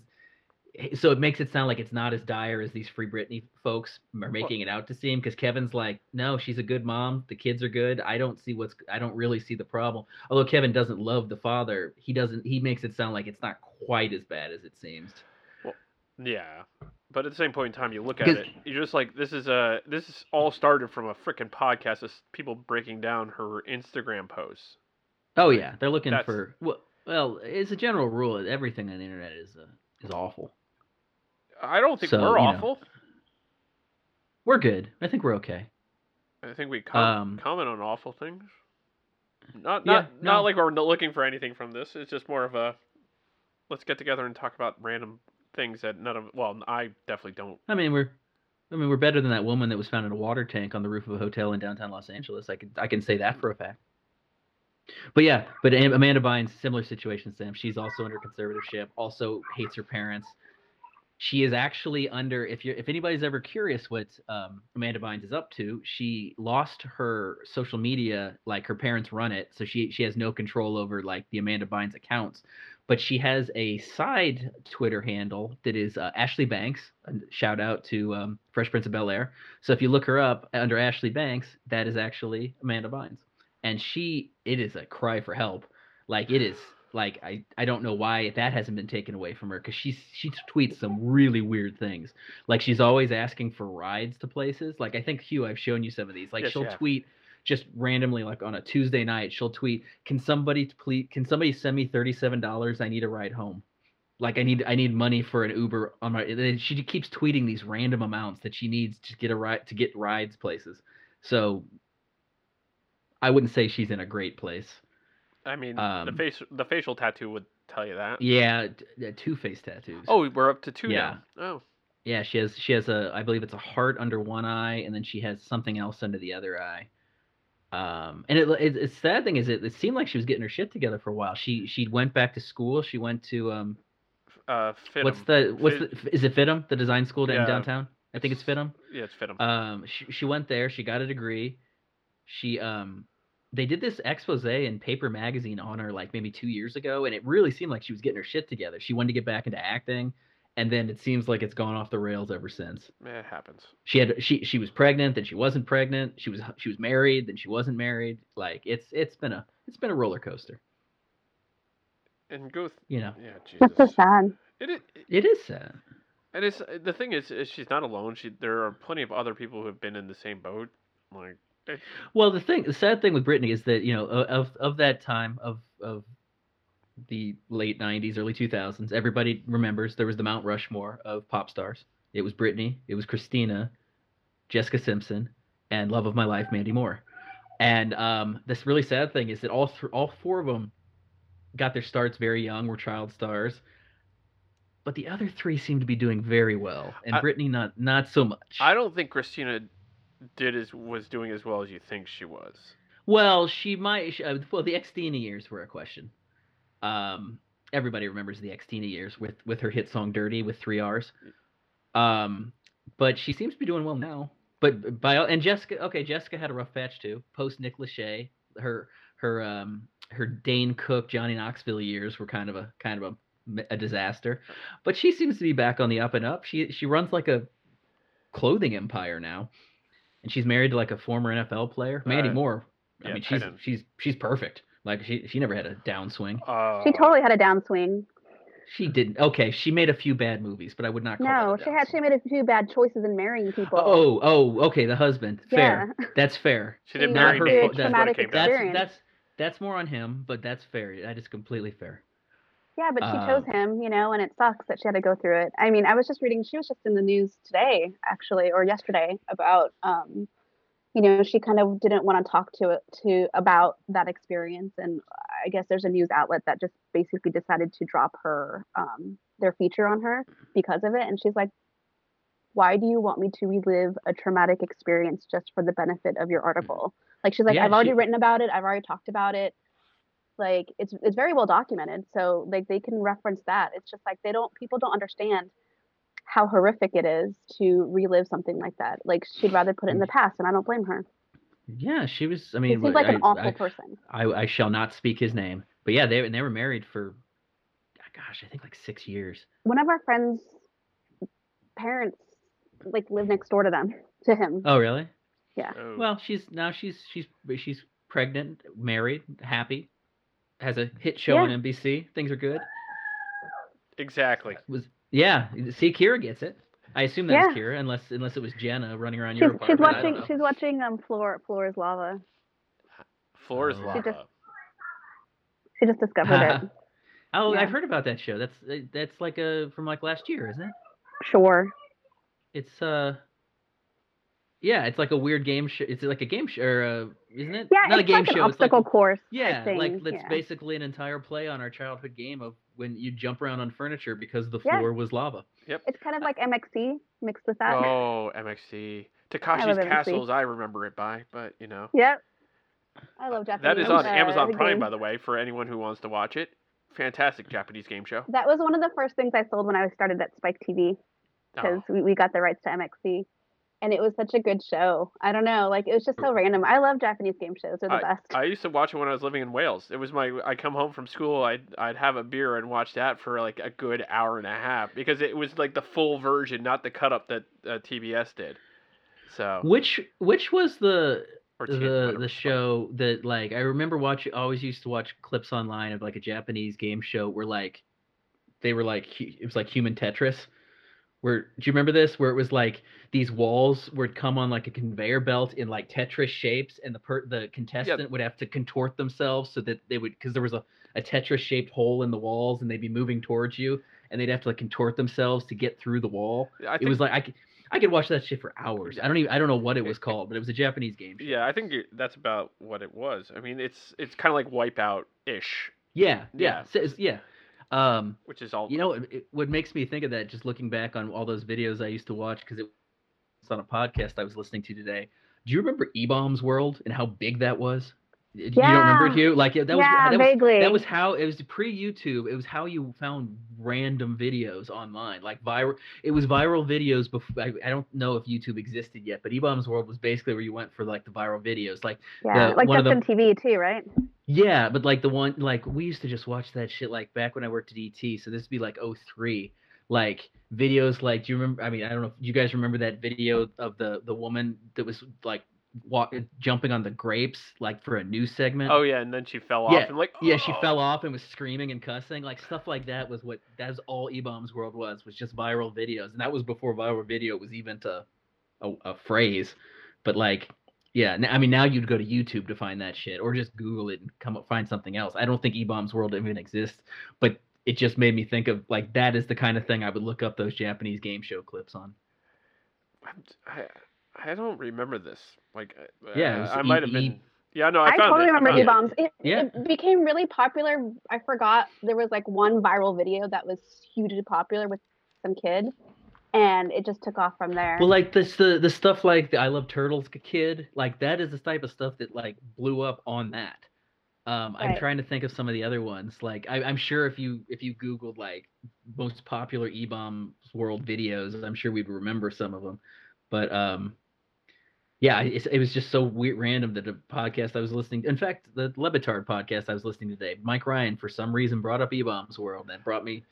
Speaker 1: so it makes it sound like it's not as dire as these free Britney folks are making it out to seem. Because Kevin's like, no, she's a good mom. The kids are good. I don't see what's I don't really see the problem. Although Kevin doesn't love the father, he doesn't. He makes it sound like it's not quite as bad as it seems.
Speaker 3: Yeah. But at the same point in time, you look at
Speaker 1: Because-
Speaker 3: it, you're just like, this is a this is all started from a freaking podcast. Of s- people breaking down her Instagram posts.
Speaker 1: Oh yeah, they're looking
Speaker 3: That's-
Speaker 1: for well. Well, it's a general rule. that Everything on the internet is uh, is awful.
Speaker 3: I don't think
Speaker 1: So,
Speaker 3: we're
Speaker 1: you know.
Speaker 3: awful.
Speaker 1: We're good. I think we're okay.
Speaker 3: I think we com-
Speaker 1: Um,
Speaker 3: comment on awful things. Not
Speaker 1: Yeah,
Speaker 3: not not
Speaker 1: no.
Speaker 3: like we're not looking for anything from this. It's just more of a let's get together and talk about random things that none of well, I definitely don't.
Speaker 1: I mean, we're. I mean, we're better than that woman that was found in a water tank on the roof of a hotel in downtown Los Angeles. I can I can say that for a fact. But yeah, but Am- Amanda Bynes, similar situation, Sam. She's also under conservatorship. Also hates her parents. She is actually under. If you are if anybody's ever curious what um, Amanda Bynes is up to, she lost her social media. Like her parents run it, so she she has no control over like the Amanda Bynes accounts. But she has a side Twitter handle that is uh, Ashley Banks. and Shout out to um, Fresh Prince of Bel Air. So if you look her up under Ashley Banks, that is actually Amanda Bynes and she it is a cry for help like it is like i i don't know why that hasn't been taken away from her because she she tweets some really weird things like she's always asking for rides to places like i think hugh i've shown you some of these like
Speaker 3: Yes,
Speaker 1: she'll
Speaker 3: you have.
Speaker 1: tweet just randomly like on a tuesday night she'll tweet can somebody please can somebody send me $37 i need a ride home like i need i need money for an uber on my and then she keeps tweeting these random amounts that she needs to get a ride to get rides places so I wouldn't say she's in a great place.
Speaker 3: I mean, the
Speaker 1: Um,
Speaker 3: face the facial tattoo would tell you that.
Speaker 1: Yeah, Two Face tattoos.
Speaker 3: Oh, we're up to two
Speaker 1: Yeah.
Speaker 3: now. Oh,
Speaker 1: yeah. She has she has a I believe it's a heart under one eye, and then she has something else under the other eye. Um, and it, it it's sad thing is it, it seemed like she was getting her shit together for a while. She she went back to school. She went to um
Speaker 3: Oh, uh, Fidham.
Speaker 1: what's the what's
Speaker 3: Fit-
Speaker 1: the is it Fitum the design school down
Speaker 3: Yeah,
Speaker 1: downtown? I think it's
Speaker 3: it's-
Speaker 1: Fitum.
Speaker 3: yeah, it's Fitum.
Speaker 1: um she, she went there she got a degree she um they did this expose in paper magazine on her like maybe two years ago and it really seemed like she was getting her shit together she wanted to get back into acting and then it seems like it's gone off the rails ever since
Speaker 3: Eh, it happens.
Speaker 1: she had she she was pregnant then she wasn't pregnant she was she was married then she wasn't married like it's it's been a it's been a roller coaster
Speaker 3: And go. Th-
Speaker 1: you know
Speaker 3: yeah,
Speaker 2: That's so
Speaker 3: Jesus.
Speaker 2: sad.
Speaker 3: It, it,
Speaker 1: it is sad
Speaker 3: and it's the thing is, is she's not alone. She there are plenty of other people who have been in the same boat. Like
Speaker 1: Well, the thing, the sad thing with Britney is that you know o- of of that time of of the late '90s, early 2000s, everybody remembers there was the Mount Rushmore of pop stars. It was Britney, it was Christina, Jessica Simpson, and love of my life, Mandy Moore. And um, this really sad thing is that all th- all four of them got their starts very young, were child stars. But the other three seem to be doing very well, and
Speaker 3: I-
Speaker 1: Britney not not so much.
Speaker 3: I don't think Christina did as was doing as well as you think she was.
Speaker 1: Well, she might. She, uh, well, the Xtina years were a question. Um, everybody remembers the Xtina years with with her hit song "Dirty" with three R's. Um, but she seems to be doing well now. But by all- and Jessica, okay, Jessica had a rough patch too. Post Nick Lachey, her her um her Dane Cook, Johnny Knoxville years were kind of a kind of a, a disaster. But she seems to be back on the up and up. She she runs like a clothing empire now, and she's married to like a former NFL player, Mandy
Speaker 3: Uh,
Speaker 1: Moore. I
Speaker 3: yeah,
Speaker 1: mean,
Speaker 3: tight
Speaker 1: she's
Speaker 3: end.
Speaker 1: she's she's perfect. Like she she never had a downswing.
Speaker 3: Uh,
Speaker 2: She totally had a downswing.
Speaker 1: She didn't. Okay, she made a few bad moces, but I would not call
Speaker 2: No,
Speaker 1: that a
Speaker 2: she had
Speaker 1: downswing.
Speaker 2: she made a few bad choices in marrying people.
Speaker 1: Oh, oh, okay. The husband. Fair. That's fair.
Speaker 3: She did
Speaker 2: She
Speaker 1: Not
Speaker 3: marry
Speaker 1: her
Speaker 3: Nate.
Speaker 1: fault.
Speaker 3: That's what it
Speaker 2: Traumatic
Speaker 3: came down.
Speaker 1: That's
Speaker 3: to.
Speaker 2: Experience.
Speaker 1: that's that's more on him, but that's fair. That is completely fair.
Speaker 2: Yeah, but she
Speaker 1: Um,
Speaker 2: chose him, you know, and it sucks that she had to go through it. I mean, I was just reading, she was just in the news today, actually, or yesterday, about, um, you know, she kind of didn't want to talk to it to about that experience, and I guess there's a news outlet that just basically decided to drop her um, their feature on her because of it, and she's like, "Why do you want me to relive a traumatic experience just for the benefit of your article?" Like she's like,
Speaker 1: Mm-hmm. Yeah,
Speaker 2: "I've already
Speaker 1: she-
Speaker 2: written about it, I've already talked about it, like it's it's very well documented so like they can reference that it's just like they don't people don't understand how horrific it is to relive something like that like she'd rather put it in the past and i don't blame her
Speaker 1: Yeah, she was. I
Speaker 2: she
Speaker 1: Mm. mean,
Speaker 2: seems
Speaker 1: look,
Speaker 2: like an
Speaker 1: I,
Speaker 2: awful
Speaker 1: I-
Speaker 2: person
Speaker 1: I, I shall not speak his name, but yeah, they and they were married for, gosh, I think like six years.
Speaker 2: one of our friends parents like live next door to them to him
Speaker 1: Oh, really?
Speaker 3: Oh.
Speaker 1: Well, she's now she's she's she's pregnant, married, happy, has a hit show on NBC. Things are good.
Speaker 3: exactly.
Speaker 1: Was yeah. See, Kira gets it. I assume that was
Speaker 2: Yeah.
Speaker 1: Kira, unless unless it was Jenna running around
Speaker 2: she's,
Speaker 1: your
Speaker 2: she's
Speaker 1: apartment. I don't
Speaker 2: watching
Speaker 1: know.
Speaker 2: she's watching um floor floor is lava
Speaker 3: Floor is
Speaker 1: She
Speaker 3: lava.
Speaker 2: just- she just discovered it
Speaker 1: oh,
Speaker 2: Yeah.
Speaker 1: I've heard about that show. That's uh, that's like a from like last year, isn't it?
Speaker 2: sure
Speaker 1: It's uh. Yeah, it's like a weird game show. It's like a game show, or uh, isn't it?
Speaker 2: yeah
Speaker 1: Not a
Speaker 2: it's
Speaker 1: game
Speaker 2: like
Speaker 1: show.
Speaker 2: an
Speaker 1: it's like
Speaker 2: obstacle course type
Speaker 1: Yeah, like
Speaker 2: thing,
Speaker 1: that's
Speaker 2: yeah.
Speaker 1: basically an entire play on our childhood game of when you jump around on furniture because the
Speaker 2: Yeah.
Speaker 1: floor was lava.
Speaker 2: it's kind of like mxc mixed with that
Speaker 3: Oh, MXC. Takashi's
Speaker 2: love MXC.
Speaker 3: Castles, I remember it by, but you know.
Speaker 2: Yep. I love Japanese.
Speaker 3: That is on
Speaker 2: uh,
Speaker 3: Amazon Prime,
Speaker 2: games.
Speaker 3: by the way, for anyone who wants to watch it. Fantastic Japanese game show.
Speaker 2: That was one of the first things I sold when I started at Spike TV because
Speaker 3: Oh,
Speaker 2: we, we got the rights to MXC. And it was such a good show. I don't know. Like, it was just so random. I love Japanese game shows. They're the best.
Speaker 3: I used to watch it when I was living in Wales. It was my I come home from school, I'd I'd have a beer and watch that for like a good hour and a half because it was like the full version, not the cut up that uh, TBS did. So
Speaker 1: Which which was the
Speaker 3: or TN,
Speaker 1: the
Speaker 3: whatever
Speaker 1: the
Speaker 3: it's called.
Speaker 1: show that like I remember watching always used to watch clips online of like a Japanese game show where like they were like hu- it was like human Tetris. Where do you remember this? Where it was like these walls would come on like a conveyor belt in like Tetris shapes, and the per- the contestant would have to contort themselves so that they would because there was a, a Tetris shaped hole in the walls, and they'd be moving towards you, and they'd have to like contort themselves to get through the wall.
Speaker 3: I
Speaker 1: it
Speaker 3: think
Speaker 1: was like I c- I I could watch that shit for hours. I don't even I don't know what it was called, but it was a Japanese game. show.
Speaker 3: Yeah, I think it- that's about what it was. I mean, it's it's kind of like Wipeout ish,
Speaker 1: Yeah,
Speaker 3: Yeah.
Speaker 1: yeah, so it's- yeah. Um,
Speaker 3: which is all
Speaker 1: you know, it, it- what makes me think of that, just looking back on all those videos I used to watch, because it was on a podcast I was listening to today. Do you remember E Bomb's World and how big that was? Y- You don't remember
Speaker 2: Yeah.
Speaker 1: it, Hugh? Like yeah, that
Speaker 2: yeah,
Speaker 1: was that was
Speaker 2: vaguely.
Speaker 1: that was how it was pre YouTube. It was how you found random videos online, like viral. It was viral videos before. I, I don't know if YouTube existed yet, but E Bomb's World was basically where you went for like the viral videos, like.
Speaker 2: yeah,
Speaker 1: the-
Speaker 2: like
Speaker 1: one of
Speaker 2: that's on TV too, right?
Speaker 1: Yeah, but like the one like we used to just watch that shit like back when I worked at ET, so this would be like 03. Like videos like do you remember I mean I don't know if do you guys remember that video of the the woman that was like wa- jumping on the grapes like for a news segment?
Speaker 3: Oh yeah, and then she fell off
Speaker 1: Yeah,
Speaker 3: and like
Speaker 1: Yeah, she
Speaker 3: "Oh."
Speaker 1: fell off and was screaming and cussing. Like stuff like that was what that's all E-Bomb's world was, was just viral videos. And that was before viral video was even to a, a phrase. But like yeah, n- I mean now you'd go to YouTube to find that shit or just Google it and come up find something else. I don't think E-Bomb's world even exists, but it just made me think of like that is the kind of thing I would look up those Japanese game show clips on.
Speaker 3: I'm- I I don't remember this. Like uh,
Speaker 1: Yeah, it was
Speaker 3: I might have
Speaker 1: E-
Speaker 3: been. Yeah, no, I,
Speaker 2: I,
Speaker 3: found
Speaker 2: totally
Speaker 3: it.
Speaker 2: remember
Speaker 3: found it.
Speaker 2: E-bombs. It,
Speaker 1: Yeah.
Speaker 2: it became really popular. I forgot there was like one viral video that was hugely popular with some kid, and it just took off from there.
Speaker 1: Well, like this, the the stuff like the I Love Turtles k- kid, like that is the type of stuff that like blew up on that. Um, I'm
Speaker 2: Right.
Speaker 1: trying to think of some of the other ones. Like I, I'm sure if you if you googled like most popular E Bombs World videos, I'm sure we'd remember some of them. But um, yeah, it, it was just so weird, random that the podcast I was listening. In fact, the Lebitard podcast I was listening to today, Mike Ryan for some reason brought up E Bombs World. That brought me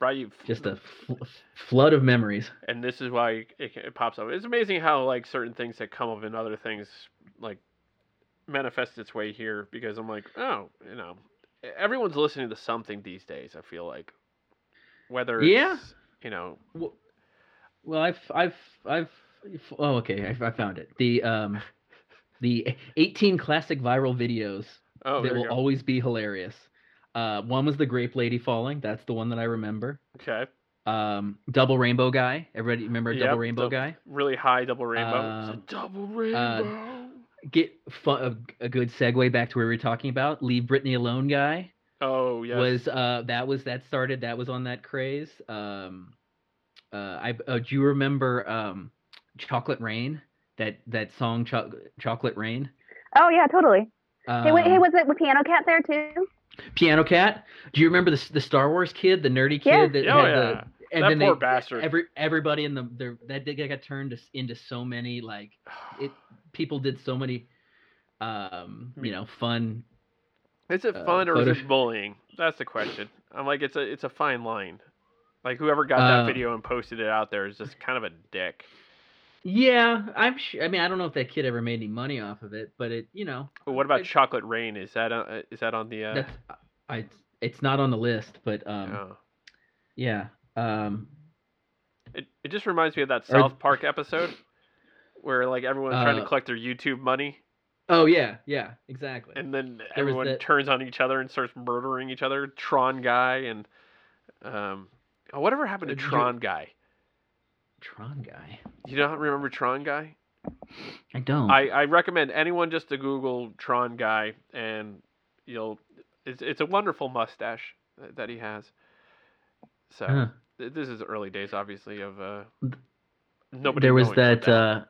Speaker 3: Brought you f-
Speaker 1: just a fl- flood of memories.
Speaker 3: and this is why it, it pops up. It's amazing how like certain things that come up in other things like manifest its way here because I'm like, oh, you know, everyone's listening to something these days. I feel like whether it's,
Speaker 1: Yeah.
Speaker 3: you know,
Speaker 1: Well, well, I've, I've, I've. Oh, okay. I, I found it. The um, the 18 classic viral videos
Speaker 3: oh,
Speaker 1: that
Speaker 3: there you
Speaker 1: will
Speaker 3: go.
Speaker 1: always be hilarious. Uh, one was the grape lady falling. That's the one that I remember.
Speaker 3: okay,
Speaker 1: Um, double rainbow guy. Everybody remember
Speaker 3: Yep,
Speaker 1: double rainbow
Speaker 3: dub-
Speaker 1: guy?
Speaker 3: really high double rainbow. It's a
Speaker 1: Um,
Speaker 3: double rainbow.
Speaker 1: Get fu- a, a good segue back to where we were talking about. Leave Britney alone guy.
Speaker 3: oh yes,
Speaker 1: was uh that was that started that was on that craze um uh i uh, do you remember um chocolate rain that that song Cho- chocolate rain
Speaker 2: oh yeah, totally.
Speaker 1: um,
Speaker 2: hey, wait, hey, was it with Piano Cat there too?
Speaker 1: piano cat do you remember the s- the star wars kid the nerdy kid
Speaker 2: Yeah.
Speaker 1: that
Speaker 3: oh
Speaker 1: had
Speaker 3: yeah.
Speaker 1: the and
Speaker 3: that
Speaker 1: then
Speaker 3: poor
Speaker 1: they
Speaker 3: bastard.
Speaker 1: every everybody in the their, that they got turned s- into so many like it people did so many um
Speaker 3: Hmm.
Speaker 1: you know fun
Speaker 3: Is it
Speaker 1: uh,
Speaker 3: fun or is
Speaker 1: photos-
Speaker 3: it bullying? That's the question. I'm like, it's a it's a fine line. Like whoever got that
Speaker 1: Uh,
Speaker 3: video and posted it out there is just kind of a dick.
Speaker 1: yeah i'm sure i mean i don't know if that kid ever made any money off of it but it you know
Speaker 3: But what about
Speaker 1: it-
Speaker 3: Chocolate Rain? Is that uh, is that on the? Uh,
Speaker 1: that's I. It's not on the list, but um,
Speaker 3: oh.
Speaker 1: yeah. Um,
Speaker 3: It it just reminds me of that
Speaker 1: Or-
Speaker 3: South Park episode where like everyone's trying to
Speaker 1: Uh,
Speaker 3: collect their YouTube money,
Speaker 1: oh yeah, yeah, exactly.
Speaker 3: and then
Speaker 1: there was
Speaker 3: everyone
Speaker 1: that-
Speaker 3: turns on each other and starts murdering each other. Tron guy and um, oh, whatever happened to
Speaker 1: Uh, did you-
Speaker 3: Tron guy?
Speaker 1: Tron guy.
Speaker 3: You don't remember Tron guy?
Speaker 1: I don't.
Speaker 3: I, I recommend anyone just to Google Tron guy, and you'll. It's it's a wonderful mustache that- that he has. So
Speaker 1: Huh.
Speaker 3: th- this is early days, obviously, of uh. Nobody.
Speaker 1: there was
Speaker 3: knowing what
Speaker 1: that. Uh,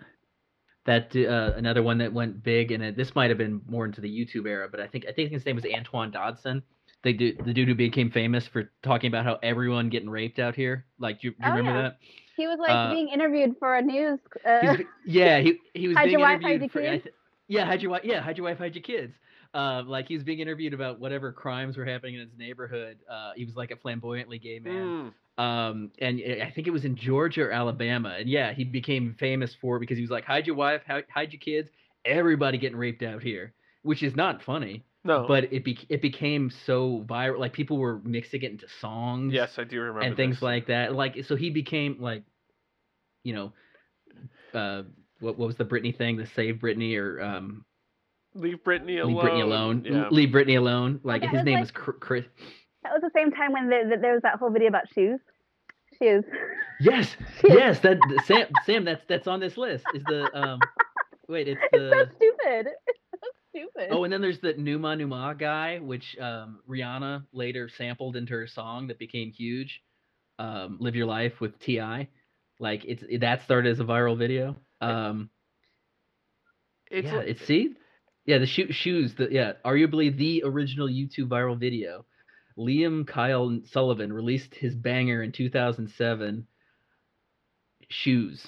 Speaker 1: that uh, another one that went big, and it, this might have been more into the YouTube era, but I think I think his name was Antoine Dodson. They do the dude who became famous for talking about how everyone getting raped out here. Like, do you, do you
Speaker 2: Oh,
Speaker 1: remember
Speaker 2: yeah.
Speaker 1: that?
Speaker 2: He was like
Speaker 1: Uh,
Speaker 2: being interviewed for a news.
Speaker 1: He
Speaker 2: Uh,
Speaker 1: was, yeah, he he was
Speaker 2: Hide
Speaker 1: being
Speaker 2: your wife, hide
Speaker 1: interviewed
Speaker 2: your
Speaker 1: for. I
Speaker 2: kids?
Speaker 1: th- yeah, hide your wife. Yeah, hide your wife, hide your kids. Um, like he was being interviewed about whatever crimes were happening in his neighborhood. Uh, he was like a flamboyantly gay man.
Speaker 2: Hmm.
Speaker 3: Mm,
Speaker 1: Um, and y- I think it was in Georgia or Alabama. And yeah, he became famous for because he was like, hide your wife, hide, hide your kids. Everybody getting raped out here, which is not funny,
Speaker 3: no.
Speaker 1: but it be- it became so viral. Like people were mixing it into songs
Speaker 3: yes, I do remember.
Speaker 1: and things
Speaker 3: this.
Speaker 1: like that. Like so he became like, you know, uh, what what was the Britney thing? The Save Britney or um,
Speaker 3: Leave Britney alone.
Speaker 1: Leave Britney Alone?
Speaker 3: Yeah.
Speaker 1: Leave Britney Alone. Like
Speaker 2: that
Speaker 1: his
Speaker 2: was,
Speaker 1: name
Speaker 2: like-
Speaker 1: is Chris.
Speaker 2: that was the same time when the, the, there was that whole video about shoes. shoes.
Speaker 1: Yes, yes. That Sam, Sam, that's that's on this list. Is the um, wait, it's the
Speaker 2: It's so stupid. It's so stupid.
Speaker 1: Oh, and then there's the Numa Numa guy, which um, Rihanna later sampled into her song that became huge, um, "Live Your Life" with Ti. Like it's it- that started as a viral video. Um,
Speaker 3: It's
Speaker 1: yeah, it's see, yeah, the shoe, shoes. The yeah, arguably the original YouTube viral video. Liam Kyle Sullivan released his banger in 2007. Shoes.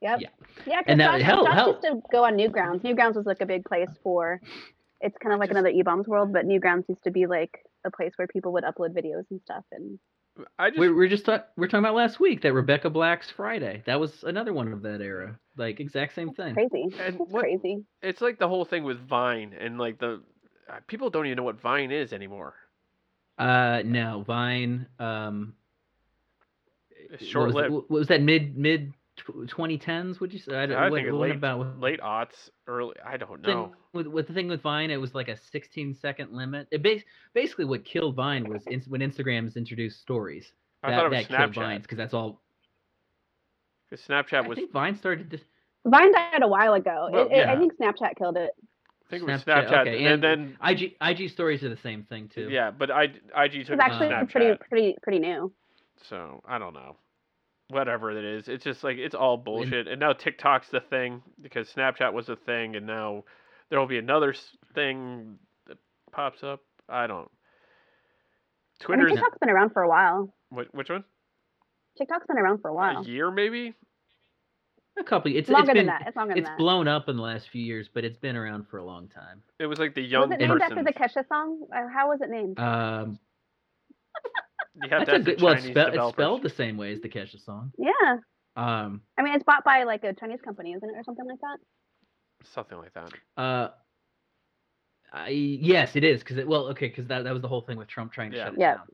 Speaker 2: Yep.
Speaker 1: Yeah.
Speaker 2: Yeah, because
Speaker 1: And that-
Speaker 2: Josh,
Speaker 1: hell-
Speaker 2: Josh
Speaker 1: hell-
Speaker 2: used to go on Newgrounds. Newgrounds was like a big place for. It's kind of like
Speaker 3: Just-
Speaker 2: another E-Bombs world, but Newgrounds used to be like a place where people would upload videos and stuff. And
Speaker 3: I just
Speaker 1: We we're, just talk- we we're talking about last week that Rebecca Black's Friday. That was another one of that era. Like exact same thing.
Speaker 2: crazy,
Speaker 3: And
Speaker 2: That's
Speaker 3: what-
Speaker 2: crazy.
Speaker 3: it's like the whole thing with Vine and like the uh, people don't even know what Vine is anymore.
Speaker 1: Uh, no, Vine. Um, what
Speaker 3: It's
Speaker 1: was, it-
Speaker 3: Short-lived,
Speaker 1: what was that mid mid twenty tens? Would you say? I don't.
Speaker 3: I
Speaker 1: what,
Speaker 3: think it
Speaker 1: what
Speaker 3: late-
Speaker 1: about with,
Speaker 3: late aughts, early. I don't
Speaker 1: thing-
Speaker 3: know.
Speaker 1: with with the thing with Vine? It was like a sixteen second limit. It bas- basically what killed Vine was in- when Instagrams introduced stories.
Speaker 3: I thought it
Speaker 1: that
Speaker 3: was
Speaker 1: killed Vine
Speaker 3: Snapchat
Speaker 1: because that's all.
Speaker 3: because Snapchat
Speaker 1: I
Speaker 3: was.
Speaker 1: think Vine started. This,
Speaker 2: Vine died a while ago.
Speaker 3: Well,
Speaker 2: it, it-
Speaker 1: yeah.
Speaker 2: I think Snapchat killed it.
Speaker 3: I think it was
Speaker 1: Snapchat,
Speaker 3: Snapchat,
Speaker 1: okay,
Speaker 3: and,
Speaker 1: and-
Speaker 3: then
Speaker 1: IG IG stories are the same thing too.
Speaker 3: yeah, but I IG
Speaker 2: It
Speaker 1: uh,
Speaker 3: took
Speaker 2: was
Speaker 3: it
Speaker 2: actually
Speaker 3: to Snapchat,
Speaker 2: pretty, pretty, pretty new.
Speaker 3: so I don't know. Whatever it is, it's just like it's all bullshit. And now TikTok's the thing because Snapchat was the thing, and now there will be another s- thing that pops up. I don't.
Speaker 2: I mean,
Speaker 3: Twitter's
Speaker 2: TikTok's been around for a while.
Speaker 3: wh- which one?
Speaker 2: TikTok's been around for a while.
Speaker 3: A year maybe.
Speaker 1: a couple. It's
Speaker 2: It's
Speaker 1: it's
Speaker 2: longer
Speaker 1: been
Speaker 2: than that. It's longer than
Speaker 1: it's
Speaker 2: that.
Speaker 1: blown up in the last few years, but it's been around for a long time.
Speaker 3: It was like the young
Speaker 2: Was it named after
Speaker 3: person.
Speaker 2: the Kesha song? Uh, How was it named?
Speaker 1: Um,
Speaker 3: You
Speaker 1: that's
Speaker 3: have to
Speaker 1: a
Speaker 3: ask the
Speaker 1: good. Well, it's,
Speaker 3: Chinese
Speaker 1: spell, it's
Speaker 3: developers.
Speaker 1: spelled the same way as the Kesha song.
Speaker 2: yeah,
Speaker 1: Um,
Speaker 2: I mean, it's bought by like a Chinese company, isn't it, or something like that?
Speaker 3: something like that.
Speaker 1: uh, I yes, it is because it well okay because that, that was the whole thing with Trump trying to
Speaker 3: Yeah.
Speaker 1: shut it
Speaker 2: Yeah.
Speaker 1: down,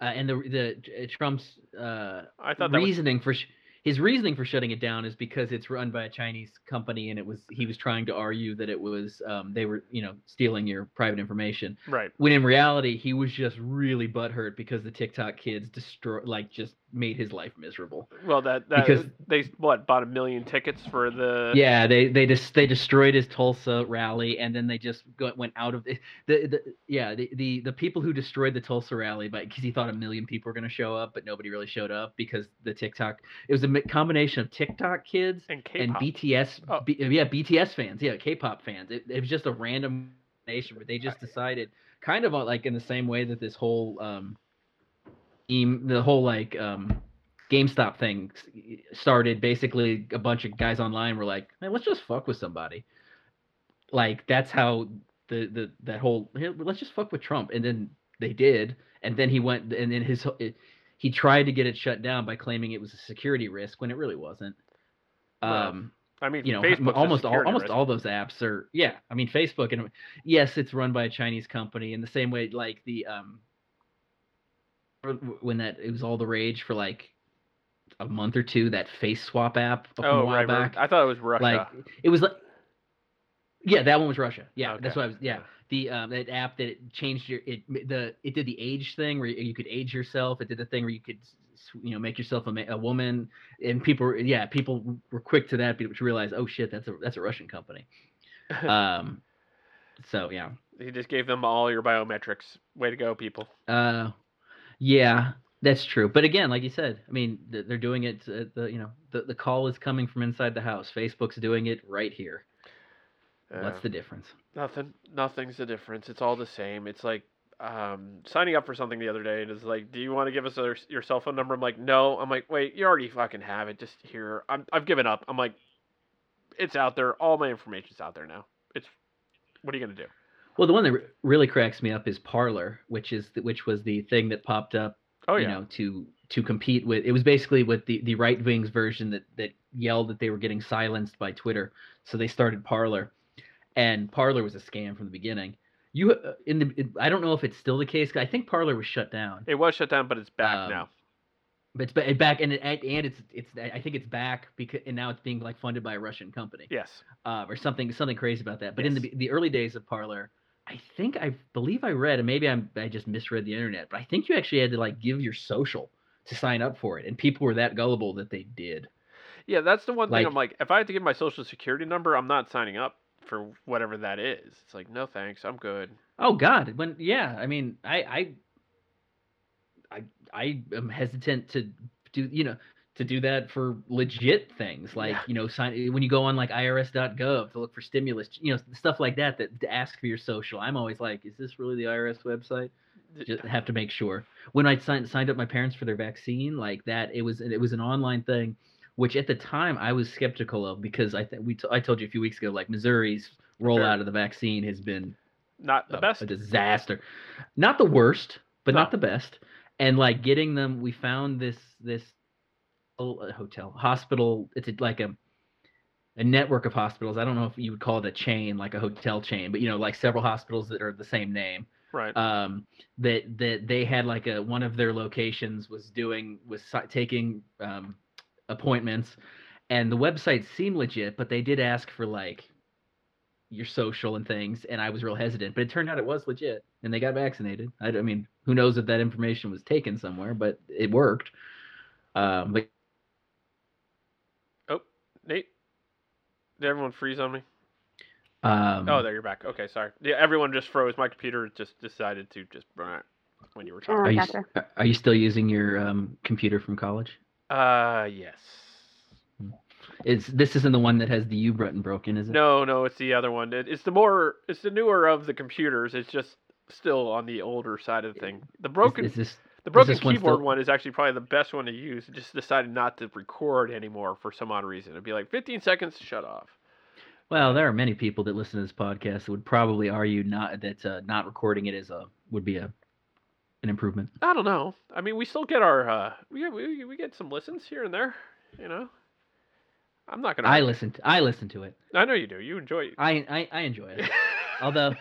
Speaker 1: uh, and the the uh, Trump's uh,
Speaker 3: I thought that was
Speaker 1: reasoning for sh- his reasoning for shutting it down is because it's run by a Chinese company and it was he was trying to argue that it was um, they were you know stealing your private information.
Speaker 3: right.
Speaker 1: when in reality he was just really butthurt because the TikTok kids destroy like just made his life miserable.
Speaker 3: Well, that that
Speaker 1: Because-
Speaker 3: they what bought a million tickets for the
Speaker 1: yeah, they they just they destroyed his Tulsa rally and then they just go, went out of the, the, the yeah the, the the people who destroyed the Tulsa rally because he thought a million people were gonna show up but nobody really showed up because the TikTok it was a mi- combination of TikTok kids
Speaker 3: and K-pop.
Speaker 1: and BTS
Speaker 3: Oh.
Speaker 1: B, yeah BTS fans yeah K-pop fans it, it was just a random nation where they just decided kind of on- like in the same way that this whole um team the whole like um GameStop thing s- started basically a bunch of guys online were like man let's just fuck with somebody like that's how the the that whole "Hey, let's just fuck with Trump and then they did and then he went and then his whole- it, he tried to get it shut down by claiming it was a security risk when it really wasn't um
Speaker 3: Well, I mean,
Speaker 1: you know,
Speaker 3: Facebook's a
Speaker 1: almost all
Speaker 3: security
Speaker 1: almost
Speaker 3: risk.
Speaker 1: all those apps are yeah. I mean, Facebook and yes, it's run by a Chinese company in the same way like the um when that it was all the rage for like a month or two that face swap app a
Speaker 3: Oh,
Speaker 1: while
Speaker 3: right, right.
Speaker 1: back.
Speaker 3: I thought it was Russia.
Speaker 1: Like it was like yeah, that one was Russia. Yeah, that's
Speaker 3: Okay.
Speaker 1: what I was. Yeah, the um, that app that it changed your it m- the it did the age thing where you, you could age yourself. It did the thing where you could s- s- you know make yourself a, ma- a woman. And people were- yeah people w- were quick to that be- to realize oh shit that's a that's a Russian company. um, so yeah,
Speaker 3: He just gave them all your biometrics. Way to go, people.
Speaker 1: uh, yeah that's true. But again, like you said, I mean th- they're doing it. uh the you know the the call is coming from inside the house. Facebook's doing it right here.
Speaker 3: Uh,
Speaker 1: What's the difference?
Speaker 3: Nothing. Nothing's the difference. It's all the same. It's like um, signing up for something the other day, and it's like, "Do you want to give us our, your cell phone number?" I'm like, "No." I'm like, "Wait, you already fucking have it. Just here. I'm, I've given up." I'm like, "It's out there. All my information's out there now. It's what are you gonna do?"
Speaker 1: Well, the one that re- really cracks me up is Parlor, which is the, which was the thing that popped up,
Speaker 3: Oh
Speaker 1: you
Speaker 3: yeah.
Speaker 1: know, to to compete with. It was basically with the the right wings version that that yelled that they were getting silenced by Twitter, so they started Parlor, and Parlor was a scam from the beginning. You uh, in the it- I don't know if it's still the case. 'cause I think Parlor was shut down,
Speaker 3: It was shut down, but it's back
Speaker 1: Um,
Speaker 3: now.
Speaker 1: but it's ba- back and it, and it's it's I think it's back because and now it's being like funded by a Russian company
Speaker 3: Yes.
Speaker 1: uh, or something something crazy about that. But in the
Speaker 3: Yes.
Speaker 1: be- the early days of Parlor, I think I believe I read, and maybe I'm, I just misread the internet, but I think you actually had to like give your social to sign up for it, and people were that gullible that they did.
Speaker 3: Yeah, that's the one
Speaker 1: Like-
Speaker 3: thing I'm like, if I have to give my social security number, I'm not signing up for whatever that is. It's like, no thanks, I'm good.
Speaker 1: Oh God, when yeah, I mean, I I I I am hesitant to do you know to do that for legit things like
Speaker 3: Yeah.
Speaker 1: you know sign when you go on like irs.gov to look for stimulus you know stuff like that that to ask for your social i'm always like is this really the irs website just have to make sure when i signed signed up my parents for their vaccine like that it was it was an online thing which at the time i was skeptical of because i think we t- i told you a few weeks ago like missouri's rollout of the vaccine has been
Speaker 3: Not the
Speaker 1: a-
Speaker 3: best.
Speaker 1: a disaster not the worst but
Speaker 3: No.
Speaker 1: not the best and like getting them we found this this ho- uh, hotel hospital it's a- like a a network of hospitals i don't know if you would call it a chain like a hotel chain but you know like several hospitals that are the same name
Speaker 3: Right.
Speaker 1: um that that they had like a one of their locations was doing was si- taking um appointments and the website seemed legit but they did ask for like your social and things and i was real hesitant but it turned out it was legit and they got vaccinated i, d- I mean who knows if that information was taken somewhere but it worked um but
Speaker 3: oh, Nate. Did everyone freeze on me?
Speaker 1: um
Speaker 3: Oh, there you're back. Okay, sorry. Yeah, everyone just froze. My computer just decided to just run out when you were
Speaker 2: Oh,
Speaker 1: are
Speaker 3: talking.
Speaker 1: you,
Speaker 2: gotcha.
Speaker 1: s- are you still using your um, computer from college
Speaker 3: Uh, yes.
Speaker 1: it's this isn't the one that has the u button broken is it
Speaker 3: No, no, it's the other one. It, it's the more, it's the newer of the computers. It's just still on the older side of the thing. The
Speaker 1: Is-
Speaker 3: broken,
Speaker 1: is, this
Speaker 3: the broken
Speaker 1: this one
Speaker 3: keyboard
Speaker 1: still-
Speaker 3: one is actually probably the best one to use. It just decided not to record anymore for some odd reason. It'd be like 15 seconds, shut off.
Speaker 1: Well, there are many people that listen to this podcast that would probably argue not that uh, not recording it is a would be a an improvement.
Speaker 3: I don't know. I mean, we still get our, uh, we get, we, we get some listens here and there. You know, I'm not gonna.
Speaker 1: I listen. To, I listen to it.
Speaker 3: I know you do. You enjoy it.
Speaker 1: I I, I enjoy it. Although,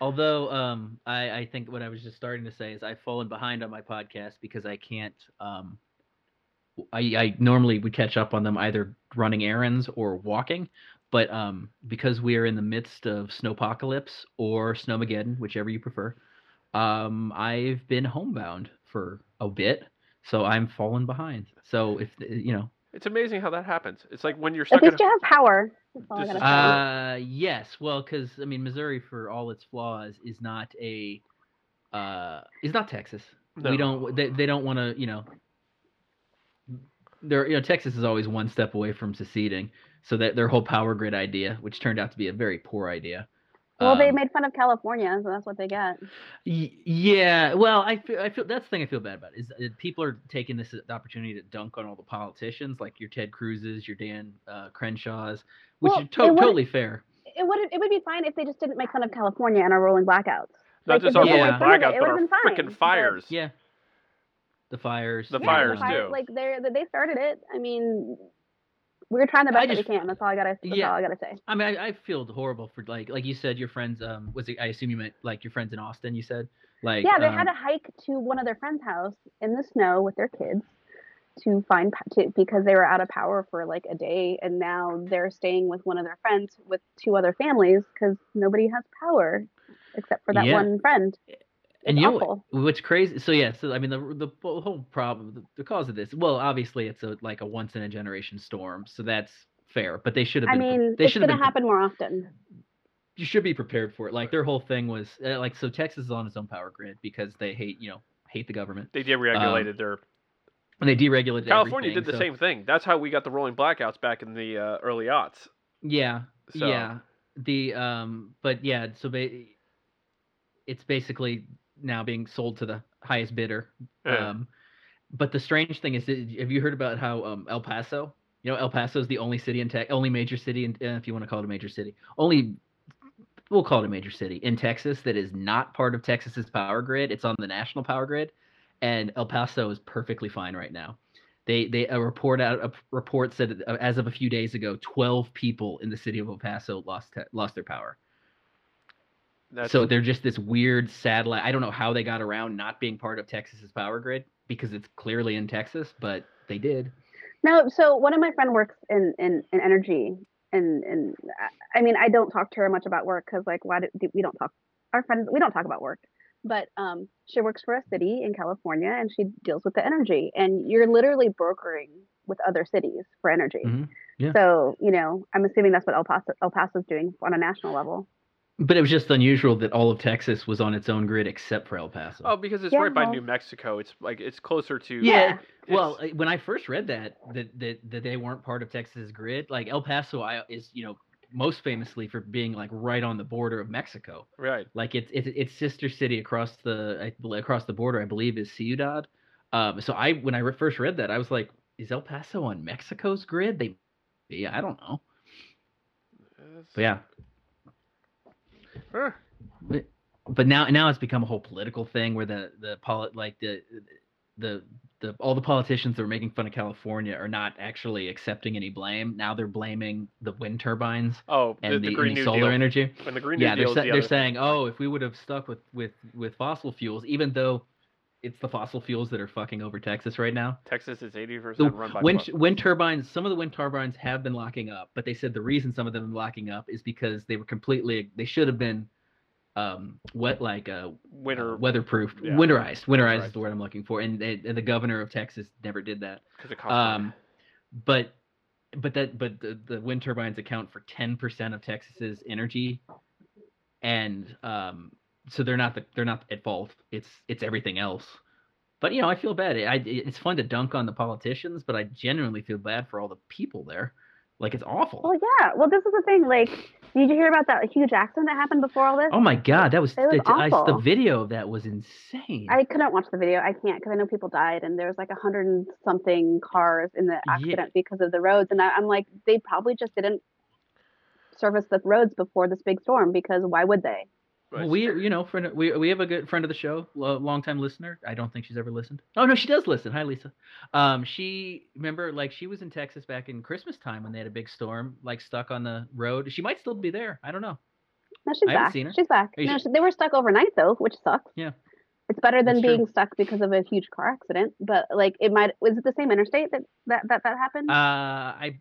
Speaker 1: although um, I I think what I was just starting to say is I've fallen behind on my podcast because I can't um, I I normally would catch up on them either running errands or walking, but um, because we are in the midst of snowpocalypse or snowmageddon, whichever you prefer, um, I've been homebound for a bit, so I'm falling behind. So if you know,
Speaker 3: It's amazing how that happens. It's like when you're
Speaker 2: At
Speaker 3: stuck in
Speaker 2: least you have power. That's all I
Speaker 3: This
Speaker 2: gotta
Speaker 3: is-
Speaker 2: say.
Speaker 1: Uh, yes. Well, because I mean, Missouri, for all its flaws, is not a uh, is not Texas.
Speaker 3: No.
Speaker 1: We don't. They, they don't want to. You know, they're you know Texas is always one step away from seceding. So that their whole power grid idea, which turned out to be a very poor idea.
Speaker 2: well, they
Speaker 1: um,
Speaker 2: made fun of California, so that's what they get.
Speaker 1: Y- yeah, well, I feel, I feel that's the thing I feel bad about is that people are taking this as an opportunity to dunk on all the politicians, like your Ted Cruz's, your Dan uh, Crenshaw's, which
Speaker 2: Well,
Speaker 1: is
Speaker 2: they
Speaker 1: to-
Speaker 2: wouldn't-
Speaker 1: totally fair.
Speaker 2: It would it would be fine if they just didn't make fun of California and our rolling blackouts.
Speaker 3: not
Speaker 2: Like,
Speaker 3: just
Speaker 2: if
Speaker 3: our
Speaker 1: they
Speaker 3: rolling
Speaker 1: went
Speaker 2: through it,
Speaker 3: blackouts,
Speaker 2: it
Speaker 3: but our
Speaker 2: would've been fine,
Speaker 3: freaking
Speaker 2: but-
Speaker 3: fires.
Speaker 1: Yeah. The fires.
Speaker 3: The
Speaker 1: yeah,
Speaker 3: fires,
Speaker 1: um,
Speaker 3: do.
Speaker 2: Like they they started it. I mean, we're trying the
Speaker 1: I
Speaker 2: best that we
Speaker 1: just-
Speaker 2: can. That's all I gotta. That's
Speaker 1: Yeah.
Speaker 2: all I gotta say.
Speaker 1: I mean, I, I feel horrible for like like you said, your friends. Um, was it? I assume you meant like your friends in Austin. You said like
Speaker 2: yeah, they
Speaker 1: um,
Speaker 2: had to hike to one of their friends' house in the snow with their kids to find pa- to, because they were out of power for like a day, and now they're staying with one of their friends with two other families because nobody has power except for that
Speaker 1: Yeah.
Speaker 2: one friend.
Speaker 1: and
Speaker 2: It's
Speaker 1: you know what-
Speaker 2: awful.
Speaker 1: what's crazy so yeah so i mean the the po- whole problem the, the cause of this well obviously it's a like a once in a generation storm so that's fair but they should have
Speaker 2: I
Speaker 1: been pre-
Speaker 2: mean,
Speaker 1: they
Speaker 2: it's
Speaker 1: should have been
Speaker 2: gonna
Speaker 1: pre-
Speaker 2: happen more often.
Speaker 1: you should be prepared for it like their whole thing was uh, like so texas is on its own power grid because they hate you know hate the government
Speaker 3: They deregulated their.
Speaker 1: and they deregulated
Speaker 3: California
Speaker 1: Um, everything,
Speaker 3: did the
Speaker 1: so-
Speaker 3: same thing. That's how we got the rolling blackouts back in the uh, early aughts.
Speaker 1: yeah
Speaker 3: So,
Speaker 1: Yeah. The um but yeah, so ba- it's basically now being sold to the highest bidder.
Speaker 3: Yeah.
Speaker 1: Um but the strange thing is that, have you heard about how um El Paso? You know El Paso is the only city in Tex only major city in uh, if you want to call it a major city. Only we'll call it a major city in Texas that is not part of Texas's power grid. It's on the national power grid and El Paso is perfectly fine right now. They they a report out a report said that, uh, as of a few days ago, twelve people in the city of El Paso lost te- lost their power.
Speaker 3: That's,
Speaker 1: So they're just this weird satellite. I don't know how they got around not being part of Texas's power grid because it's clearly in Texas, but they did.
Speaker 2: No, so one of my friend works in in, in energy, and and I- I mean I don't talk to her much about work because like why do, we don't talk our friends we don't talk about work. but um, she works for a city in California and she deals with the energy. And you're literally brokering with other cities for energy.
Speaker 1: Mhm. Yeah.
Speaker 2: So you know, I'm assuming that's what El Paso El Paso's doing on a national level.
Speaker 1: But it was just unusual that all of Texas was on its own grid except for El Paso.
Speaker 3: Oh, because it's
Speaker 2: Yeah,
Speaker 3: right by
Speaker 2: well-
Speaker 3: New Mexico. It's like it's closer to
Speaker 1: yeah.
Speaker 3: it's-
Speaker 1: Well, uh, when I first read that that, that that they weren't part of Texas's grid, like El Paso I, is, you know, most famously for being like right on the border of Mexico.
Speaker 3: right.
Speaker 1: Like it's it's its sister city across the I bel- across the border, I believe, is Ciudad. Um, so I when I re- first read that, I was like, is El Paso on Mexico's grid? They, yeah, I don't know. But yeah,
Speaker 3: Huh.
Speaker 1: but, but now now it's become a whole political thing where the the poli- like the the the all the politicians that were making fun of California are not actually accepting any blame. Now they're blaming the wind turbines
Speaker 3: Oh,
Speaker 1: and
Speaker 3: the,
Speaker 1: the,
Speaker 3: the
Speaker 1: and
Speaker 3: Green
Speaker 1: the
Speaker 3: New
Speaker 1: solar
Speaker 3: Deal.
Speaker 1: energy.
Speaker 3: When the Green
Speaker 1: yeah, they're,
Speaker 3: New Deal
Speaker 1: sa-
Speaker 3: is the
Speaker 1: they're
Speaker 3: other.
Speaker 1: saying, oh, if we would have stuck with with with fossil fuels, even though it's the fossil fuels that are fucking over Texas right now.
Speaker 3: Texas is eighty
Speaker 1: The
Speaker 3: percent run by
Speaker 1: wind,
Speaker 3: Democrats.
Speaker 1: wind turbines, some of the wind turbines have been locking up, but they said the reason some of them are locking up is because they were completely, they should have been um, wet, like uh,
Speaker 3: winter
Speaker 1: uh, weatherproofed,
Speaker 3: yeah.
Speaker 1: winterized, winterized is
Speaker 3: Winterized.
Speaker 1: the word I'm looking for. And, they, and the governor of Texas never did that.
Speaker 3: because it costs
Speaker 1: Um,
Speaker 3: money.
Speaker 1: but but that but the, the wind turbines account for 10% of Texas's energy, and um, so they're not the, they're not at fault. It's it's everything else. But you know, I feel bad. I, I- it's fun to dunk on the politicians, but I genuinely feel bad for all the people there. Like it's awful.
Speaker 2: Well, yeah. Well, this is the thing. Like, did you hear about that huge accident that happened before all this?
Speaker 1: oh my god, that was,
Speaker 2: It was
Speaker 1: the, I- the
Speaker 2: awful.
Speaker 1: video of that was insane.
Speaker 2: I couldn't watch the video. I can't because I know people died, and there was like a hundred and something cars in the
Speaker 1: Ye-
Speaker 2: accident because of the roads. And I, I'm like, they probably just didn't service the roads before this big storm because why would they?
Speaker 1: Well,
Speaker 3: Right.
Speaker 1: we, you know, friend, we we have a good friend of the show, lo- longtime listener. I don't think she's ever listened. Oh no, she does listen. Hi, Lisa. Um, she remember like she was in Texas back in Christmas time when they had a big storm, like stuck on the road. She might still be there. I don't know.
Speaker 2: No, she's
Speaker 1: I haven't
Speaker 2: back.
Speaker 1: seen her.
Speaker 2: She's back.
Speaker 1: Are you
Speaker 2: No,
Speaker 1: su-
Speaker 2: she, they were stuck overnight though, which sucks.
Speaker 1: Yeah.
Speaker 2: It's better than
Speaker 1: That's true.
Speaker 2: being stuck because of a huge car accident. But like, it might was it the same interstate that that that, that happened?
Speaker 1: Uh, I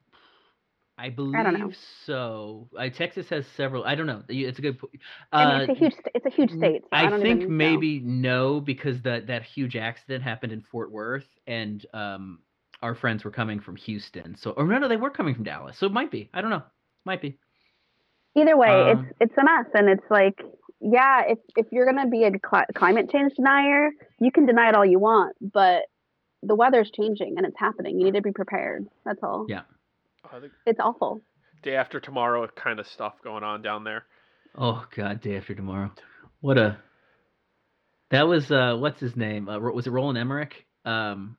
Speaker 1: I believe
Speaker 2: don't know.
Speaker 1: so. I, Texas has several. I don't know. You- It's a good. po-
Speaker 2: and it's
Speaker 1: uh,
Speaker 2: a huge st- it's a huge
Speaker 1: N-
Speaker 2: state. So I,
Speaker 1: I,
Speaker 2: don't
Speaker 1: think
Speaker 2: even know.
Speaker 1: maybe no, because that that huge accident happened in Fort Worth, and um, our friends were coming from Houston. So, or no, no, they were coming from Dallas. So it might be. I don't know. Might be.
Speaker 2: either way
Speaker 1: Um,
Speaker 2: it's it's a mess and it's like yeah if if you're going to be a cli- climate change denier you can deny it all you want but the weather's changing and it's happening you need to be prepared that's all
Speaker 1: Yeah.
Speaker 3: Oh, the
Speaker 2: it's awful
Speaker 3: day after tomorrow kind of stuff going on down there.
Speaker 1: Oh God, day after tomorrow. What a. That was uh, what's his name? Uh, Ro- was it Roland Emmerich? Um,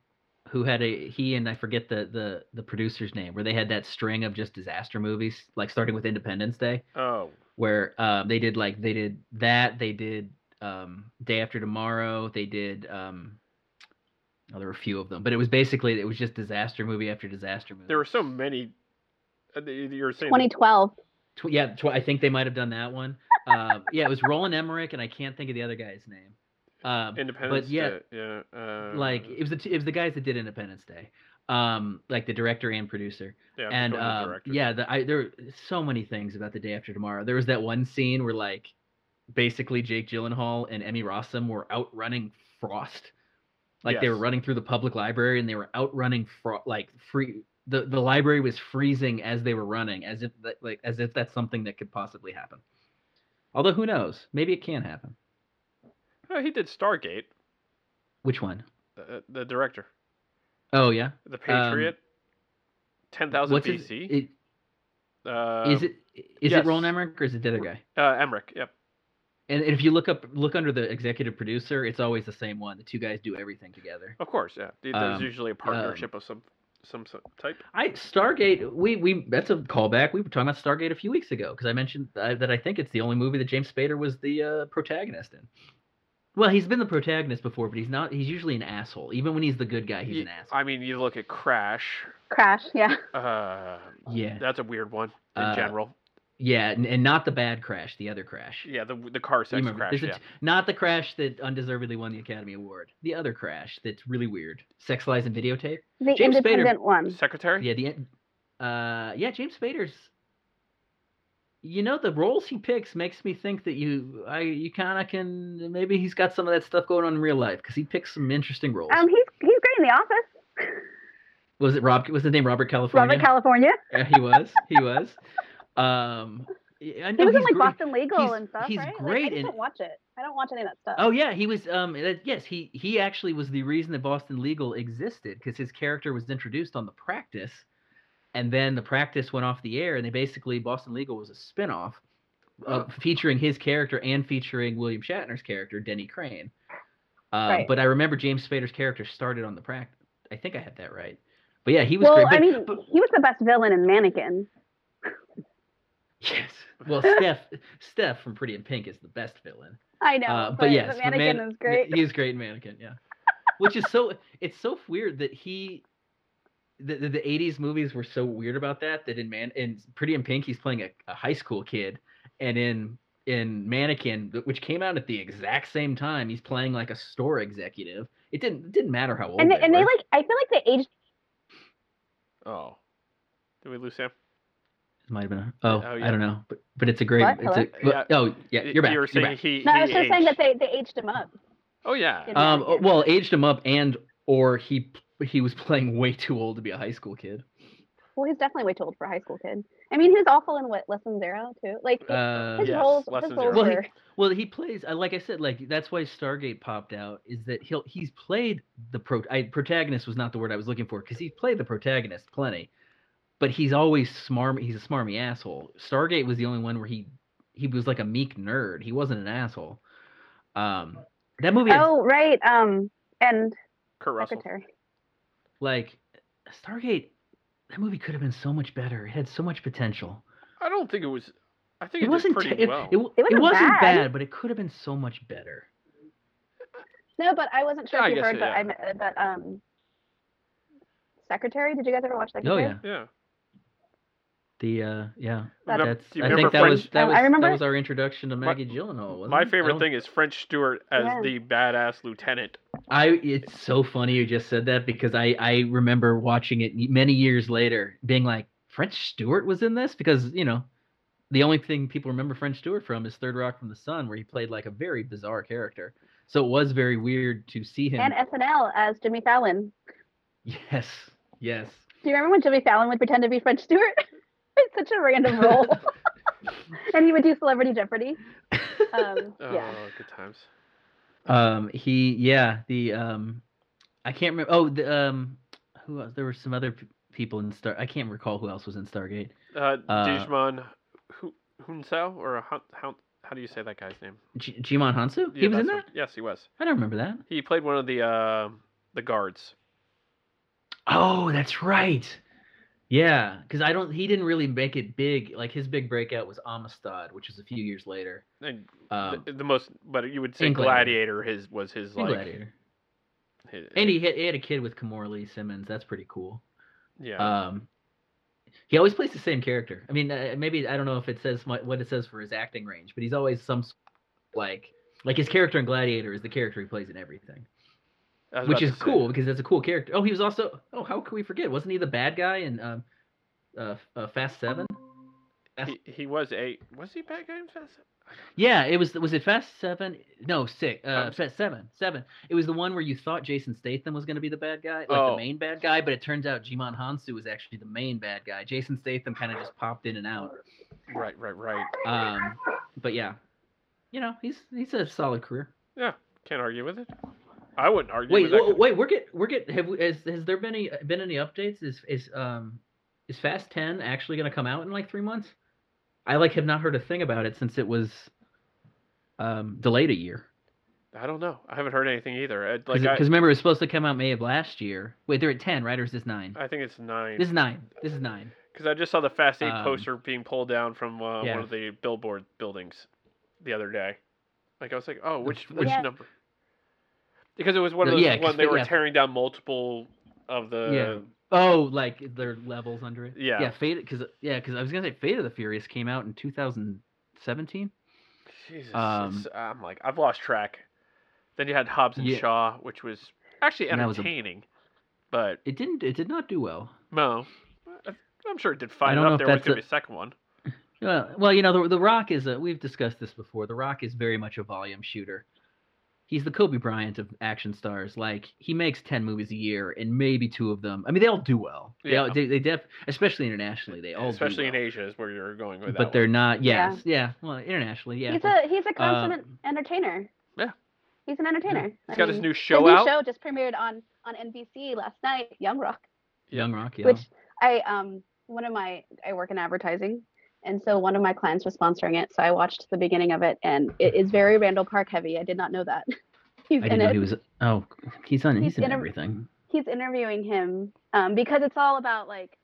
Speaker 1: who had a he and I forget the the the producer's name, where they had that string of just disaster movies, like starting with Independence Day.
Speaker 3: Oh,
Speaker 1: where um, they did like they did that they did um, day after tomorrow they did um, oh, there were a few of them but it was basically it was just disaster movie after disaster movie
Speaker 3: there were so many. uh, the- You were saying
Speaker 2: 2012
Speaker 1: Tw- yeah tw- i think they might have done that one uh, yeah it was roland emmerich and i can't think of the other guy's name um,
Speaker 3: Independence.
Speaker 1: but yet-
Speaker 3: Day, yeah, uh,
Speaker 1: like it was the t- it was the guys that did independence day um, like the director and producer
Speaker 3: yeah, I'm
Speaker 1: and
Speaker 3: going with
Speaker 1: um,
Speaker 3: director.
Speaker 1: yeah, the, I, there were so many things about the day after tomorrow. There was that one scene where like basically Jake Gyllenhaal and Emmy Rossum were outrunning Frost, like they were
Speaker 3: Yes.
Speaker 1: running through the public library and they were outrunning Frost, like free. The, the library was freezing as they were running, as if that, like as if that's something that could possibly happen. Although who knows? Maybe it can happen.
Speaker 3: Oh, he did Stargate.
Speaker 1: Which one?
Speaker 3: The, the director,
Speaker 1: Oh yeah.
Speaker 3: the Patriot, ten thousand
Speaker 1: What's his-
Speaker 3: BC.
Speaker 1: it-
Speaker 3: uh,
Speaker 1: Is it is
Speaker 3: yes.
Speaker 1: it Roland Emmerich or is it the other guy?
Speaker 3: uh, Emmerich? Yep.
Speaker 1: And if you look up, look under the executive producer, it's always the same one. The two guys do everything together.
Speaker 3: Of course, yeah. Th- There's
Speaker 1: Um,
Speaker 3: usually a partnership of some some sort- type.
Speaker 1: I Stargate. We we that's a callback. We were talking about Stargate a few weeks ago because I mentioned uh, that I think it's the only movie that James Spader was the uh, protagonist in. Well, he's been the protagonist before, but he's not. He's usually an asshole. Even when he's the good guy, Ah, he's
Speaker 3: Ye-
Speaker 1: an asshole.
Speaker 3: I mean, you look at Crash.
Speaker 2: crash yeah
Speaker 3: Uh,
Speaker 1: yeah,
Speaker 3: that's a weird one in
Speaker 1: Uh,
Speaker 3: general.
Speaker 1: yeah, and, and not the bad crash, the other crash.
Speaker 3: Yeah, the the car
Speaker 1: You
Speaker 3: sex
Speaker 1: remember,
Speaker 3: crash.
Speaker 1: there's a
Speaker 3: Yeah.
Speaker 1: t- not the crash that undeservedly won the Academy Award. The other crash that's really weird. Sex, lies, and videotape.
Speaker 2: the
Speaker 1: James Spader-
Speaker 2: independent one
Speaker 3: Secretary.
Speaker 1: Yeah, the en- uh yeah, James Spader's you know the roles he picks makes me think that you I you kind of can maybe he's got some of that stuff going on in real life because he picks some interesting roles.
Speaker 2: Um, he's he's great in The Office.
Speaker 1: was it Rob? Was his name Robert California?
Speaker 2: Robert California.
Speaker 1: yeah, he was. He was. Um, yeah, I know
Speaker 2: he was in
Speaker 1: he's
Speaker 2: like
Speaker 1: great-
Speaker 2: Boston Legal
Speaker 1: he's-
Speaker 2: and stuff,
Speaker 1: he's
Speaker 2: right? Like,
Speaker 1: great
Speaker 2: I just
Speaker 1: in-
Speaker 2: don't watch it. I don't watch any of that stuff.
Speaker 1: Oh yeah, he was. Um, that- yes, he he actually was the reason that Boston Legal existed because his character was introduced on The Practice, and then The Practice went off the air, and they basically Boston Legal was a spinoff, uh, featuring his character and featuring William Shatner's character Denny Crane. Uh,
Speaker 2: Right.
Speaker 1: But I remember James Spader's character started on The Practice. I think I had that right. But yeah, he was
Speaker 2: well,
Speaker 1: great.
Speaker 2: I
Speaker 1: but-
Speaker 2: mean,
Speaker 1: but-
Speaker 2: he was the best villain in Mannequin.
Speaker 1: yes. Well, Steph Steph from Pretty in Pink is the best villain.
Speaker 2: I know,
Speaker 1: Uh,
Speaker 2: but,
Speaker 1: but, yes,
Speaker 2: the
Speaker 1: the
Speaker 2: Mannequin
Speaker 1: man-
Speaker 2: is great.
Speaker 1: th- He is great in Mannequin, yeah. Which is so it's so weird that he the, the, the 80s movies were so weird about that that in man in Pretty in Pink he's playing a, a high school kid and in in Mannequin th- which came out at the exact same time he's playing like a store executive. It didn't it didn't matter how old
Speaker 2: and they,
Speaker 1: they
Speaker 2: and they
Speaker 1: were.
Speaker 2: like, I feel like they aged.
Speaker 3: Oh, did we lose Sam?
Speaker 1: it might have been a, oh,
Speaker 3: Oh,
Speaker 1: I
Speaker 3: yeah.
Speaker 1: don't know but, but it's a great
Speaker 2: What?
Speaker 1: it's
Speaker 2: Hello?
Speaker 1: a, but- oh yeah
Speaker 3: Y-
Speaker 1: you're back
Speaker 3: You were
Speaker 1: you're
Speaker 3: saying
Speaker 1: back.
Speaker 3: he.
Speaker 2: No, I was
Speaker 3: he
Speaker 2: just saying that
Speaker 3: aged.
Speaker 2: they, they aged him up.
Speaker 3: Oh yeah.
Speaker 2: in
Speaker 1: Um,
Speaker 2: Mannequin.
Speaker 1: well, aged him up, and or he he was playing way too old to be a high school kid.
Speaker 2: Well, he's definitely way too old for a high school kid. I mean, he was awful in what Lesson Zero too. Like he-
Speaker 1: Uh,
Speaker 2: his
Speaker 3: yes,
Speaker 2: roles, his
Speaker 3: Lesson
Speaker 2: roles
Speaker 1: Zero. Well, he-
Speaker 2: were
Speaker 1: Well, he plays uh, like I said, like that's why Stargate popped out is that he'll he's played the pro I, protagonist was not the word I was looking for because he's played the protagonist plenty, but he's always smarmy. He's a smarmy asshole. Stargate was the only one where he he was like a meek nerd. He wasn't an asshole. Um, that movie had
Speaker 2: oh right, um, and
Speaker 3: Kurt Russell.
Speaker 2: secretary.
Speaker 1: like Stargate. That movie could have been so much better. It had so much potential.
Speaker 3: I don't think it was. I think
Speaker 1: it
Speaker 3: it,
Speaker 1: wasn't
Speaker 3: did
Speaker 1: te-
Speaker 3: pretty
Speaker 1: it,
Speaker 3: well.
Speaker 1: it w-
Speaker 2: It
Speaker 1: it
Speaker 2: wasn't
Speaker 1: wasn't
Speaker 2: bad.
Speaker 1: bad. but it could have been so much better
Speaker 2: No, but I wasn't sure
Speaker 3: Yeah, I
Speaker 2: if you
Speaker 3: guess
Speaker 2: heard,
Speaker 3: so,
Speaker 2: but
Speaker 3: yeah.
Speaker 2: I me- but um, secretary. Did you guys ever watch
Speaker 1: oh
Speaker 2: secretary?
Speaker 1: yeah
Speaker 3: yeah.
Speaker 1: the uh yeah
Speaker 2: That's-
Speaker 1: that's
Speaker 3: Do you
Speaker 1: i
Speaker 3: remember
Speaker 1: think that
Speaker 3: French-
Speaker 1: was that
Speaker 2: Um,
Speaker 1: was
Speaker 2: I remember-
Speaker 1: that was our introduction to
Speaker 3: My-
Speaker 1: maggie gyllenhaal wasn't
Speaker 3: My
Speaker 1: it? I
Speaker 3: favorite
Speaker 1: don't-
Speaker 3: thing is French Stewart as
Speaker 2: Yeah.
Speaker 3: the badass lieutenant.
Speaker 1: i it's so funny you just said that because i i remember watching it many years later being like french stewart was in this because you know the only thing people remember french stewart from is third rock from the sun where he played like a very bizarre character so it was very weird to see him
Speaker 2: And SNL as Jimmy Fallon.
Speaker 1: yes yes
Speaker 2: Do you remember when Jimmy Fallon would pretend to be French Stewart? it's such a random role. and he would do Celebrity Jeopardy. Um,
Speaker 3: Oh,
Speaker 2: yeah.
Speaker 3: good times.
Speaker 1: Um, he, yeah, the um, I can't remember. Oh, the um, who else? There were some other p- people in Star. I can't recall who else was in Stargate.
Speaker 3: Uh,
Speaker 1: Uh,
Speaker 3: Digimon Hu- Hunsao or Hun, Hun, how do you say that guy's name?
Speaker 1: G- Jimon Hansu.
Speaker 3: Yeah,
Speaker 1: he was in
Speaker 3: that's
Speaker 1: that.
Speaker 3: him. Yes, he was.
Speaker 1: I don't remember that.
Speaker 3: He played one of the uh, the guards.
Speaker 1: Oh, that's right. Yeah, because I don't. He didn't really make it big. Like his big breakout was Amistad, which was a few years later.
Speaker 3: And
Speaker 1: Um,
Speaker 3: the, the most, but you would say
Speaker 1: and
Speaker 3: Gladiator. His was his
Speaker 1: in
Speaker 3: like.
Speaker 1: Gladiator.
Speaker 3: his-
Speaker 1: And he had, he had a kid with Kimora Lee Simmons. That's pretty cool.
Speaker 3: yeah.
Speaker 1: Um, he always plays the same character. I mean, uh, maybe I don't know if it says my, what it says for his acting range, but he's always some s- like like his character in Gladiator is the character he plays in everything,
Speaker 3: I was
Speaker 1: which
Speaker 3: about
Speaker 1: is
Speaker 3: to say.
Speaker 1: cool because that's a cool character. Oh, he was also oh how could we forget? Wasn't he the bad guy in um, uh, F- uh, Fast Seven?
Speaker 3: He, he was a was he bad guy in Fast?
Speaker 1: Yeah, it was was it Fast Seven? No, six. Uh,
Speaker 3: Um,
Speaker 1: Fast Seven, seven. It was the one where you thought Jason Statham was going to be the bad guy, like
Speaker 3: Oh.
Speaker 1: the main bad guy, but it turns out Jimon Hansu was actually the main bad guy. Jason Statham kind of just popped in and out.
Speaker 3: Right, right, right.
Speaker 1: Um, but yeah, you know, he's he's a solid career.
Speaker 3: Can't argue with it. I wouldn't argue.
Speaker 1: Wait,
Speaker 3: with that
Speaker 1: wait, wait, we're get we're get have we, has, has there been any been any updates? Is is um is Fast Ten actually going to come out in like three months? I like have not heard a thing about it since it was um delayed a year.
Speaker 3: I don't know. I haven't heard anything either. I'd-
Speaker 1: Because
Speaker 3: Like I,
Speaker 1: remember it was supposed to come out May of last year. Wait, they're at ten, right? Or is this nine?
Speaker 3: I think it's nine.
Speaker 1: This is nine. This is nine.
Speaker 3: Because I just saw the Fast Eight
Speaker 1: Um,
Speaker 3: poster being pulled down from uh,
Speaker 1: yeah.
Speaker 3: one of the billboard buildings the other day. Like I was like, oh, which
Speaker 1: f-
Speaker 3: which
Speaker 2: Yeah.
Speaker 3: number? Because it was one of
Speaker 1: No,
Speaker 3: those
Speaker 1: yeah, 'cause
Speaker 3: when they
Speaker 1: fa-
Speaker 3: were
Speaker 1: yeah.
Speaker 3: tearing down multiple of the.
Speaker 1: Oh, like there are levels under it.
Speaker 3: uh, Yeah.
Speaker 1: Yeah. Fate. Because yeah, because I was gonna say Fate of the Furious came out in 2017.
Speaker 3: Jesus,
Speaker 1: Um,
Speaker 3: it's- I'm like I've lost track. Then you had Hobbs and
Speaker 1: Yeah.
Speaker 3: Shaw, which was actually
Speaker 1: And that was a-
Speaker 3: entertaining, but
Speaker 1: It didn't. It did not do well.
Speaker 3: no, I- I'm sure it did fine
Speaker 1: don't know
Speaker 3: enough.
Speaker 1: if
Speaker 3: There was
Speaker 1: that's
Speaker 3: gonna
Speaker 1: a-
Speaker 3: be a second one.
Speaker 1: Well, Uh, well, you know, the, the Rock is a. We've discussed this before. The Rock is very much a volume shooter. He's the Kobe Bryant of action stars. Like he makes ten movies a year, and maybe two of them. I mean, they all do well. They all,
Speaker 3: Yeah.
Speaker 1: they, they def, especially internationally, they all do
Speaker 3: especially in
Speaker 1: well.
Speaker 3: Asia is where you're going with that.
Speaker 1: Oh, But they're
Speaker 3: one.
Speaker 1: not.
Speaker 2: Yeah.
Speaker 1: Yes. Yeah. Well, internationally, yeah.
Speaker 2: he's
Speaker 1: but-
Speaker 2: a he's a consummate entertainer.
Speaker 3: Uh, Yeah.
Speaker 2: He's an entertainer. I
Speaker 3: He's got his
Speaker 2: mean,
Speaker 3: new show
Speaker 2: his new
Speaker 3: out.
Speaker 2: show just premiered on on NBC last night, Young Rock.
Speaker 1: Young Rock. Yeah.
Speaker 2: which I um one of my I work in advertising, and so one of my clients was sponsoring it, so I watched the beginning of it, and it is very Randall Park heavy. I did not know that. He's
Speaker 1: I
Speaker 2: in
Speaker 1: didn't know
Speaker 2: it.
Speaker 1: he was. Oh, he's on. He's,
Speaker 2: He's
Speaker 1: in,
Speaker 2: in a-
Speaker 1: everything.
Speaker 2: He's interviewing him um because it's all about like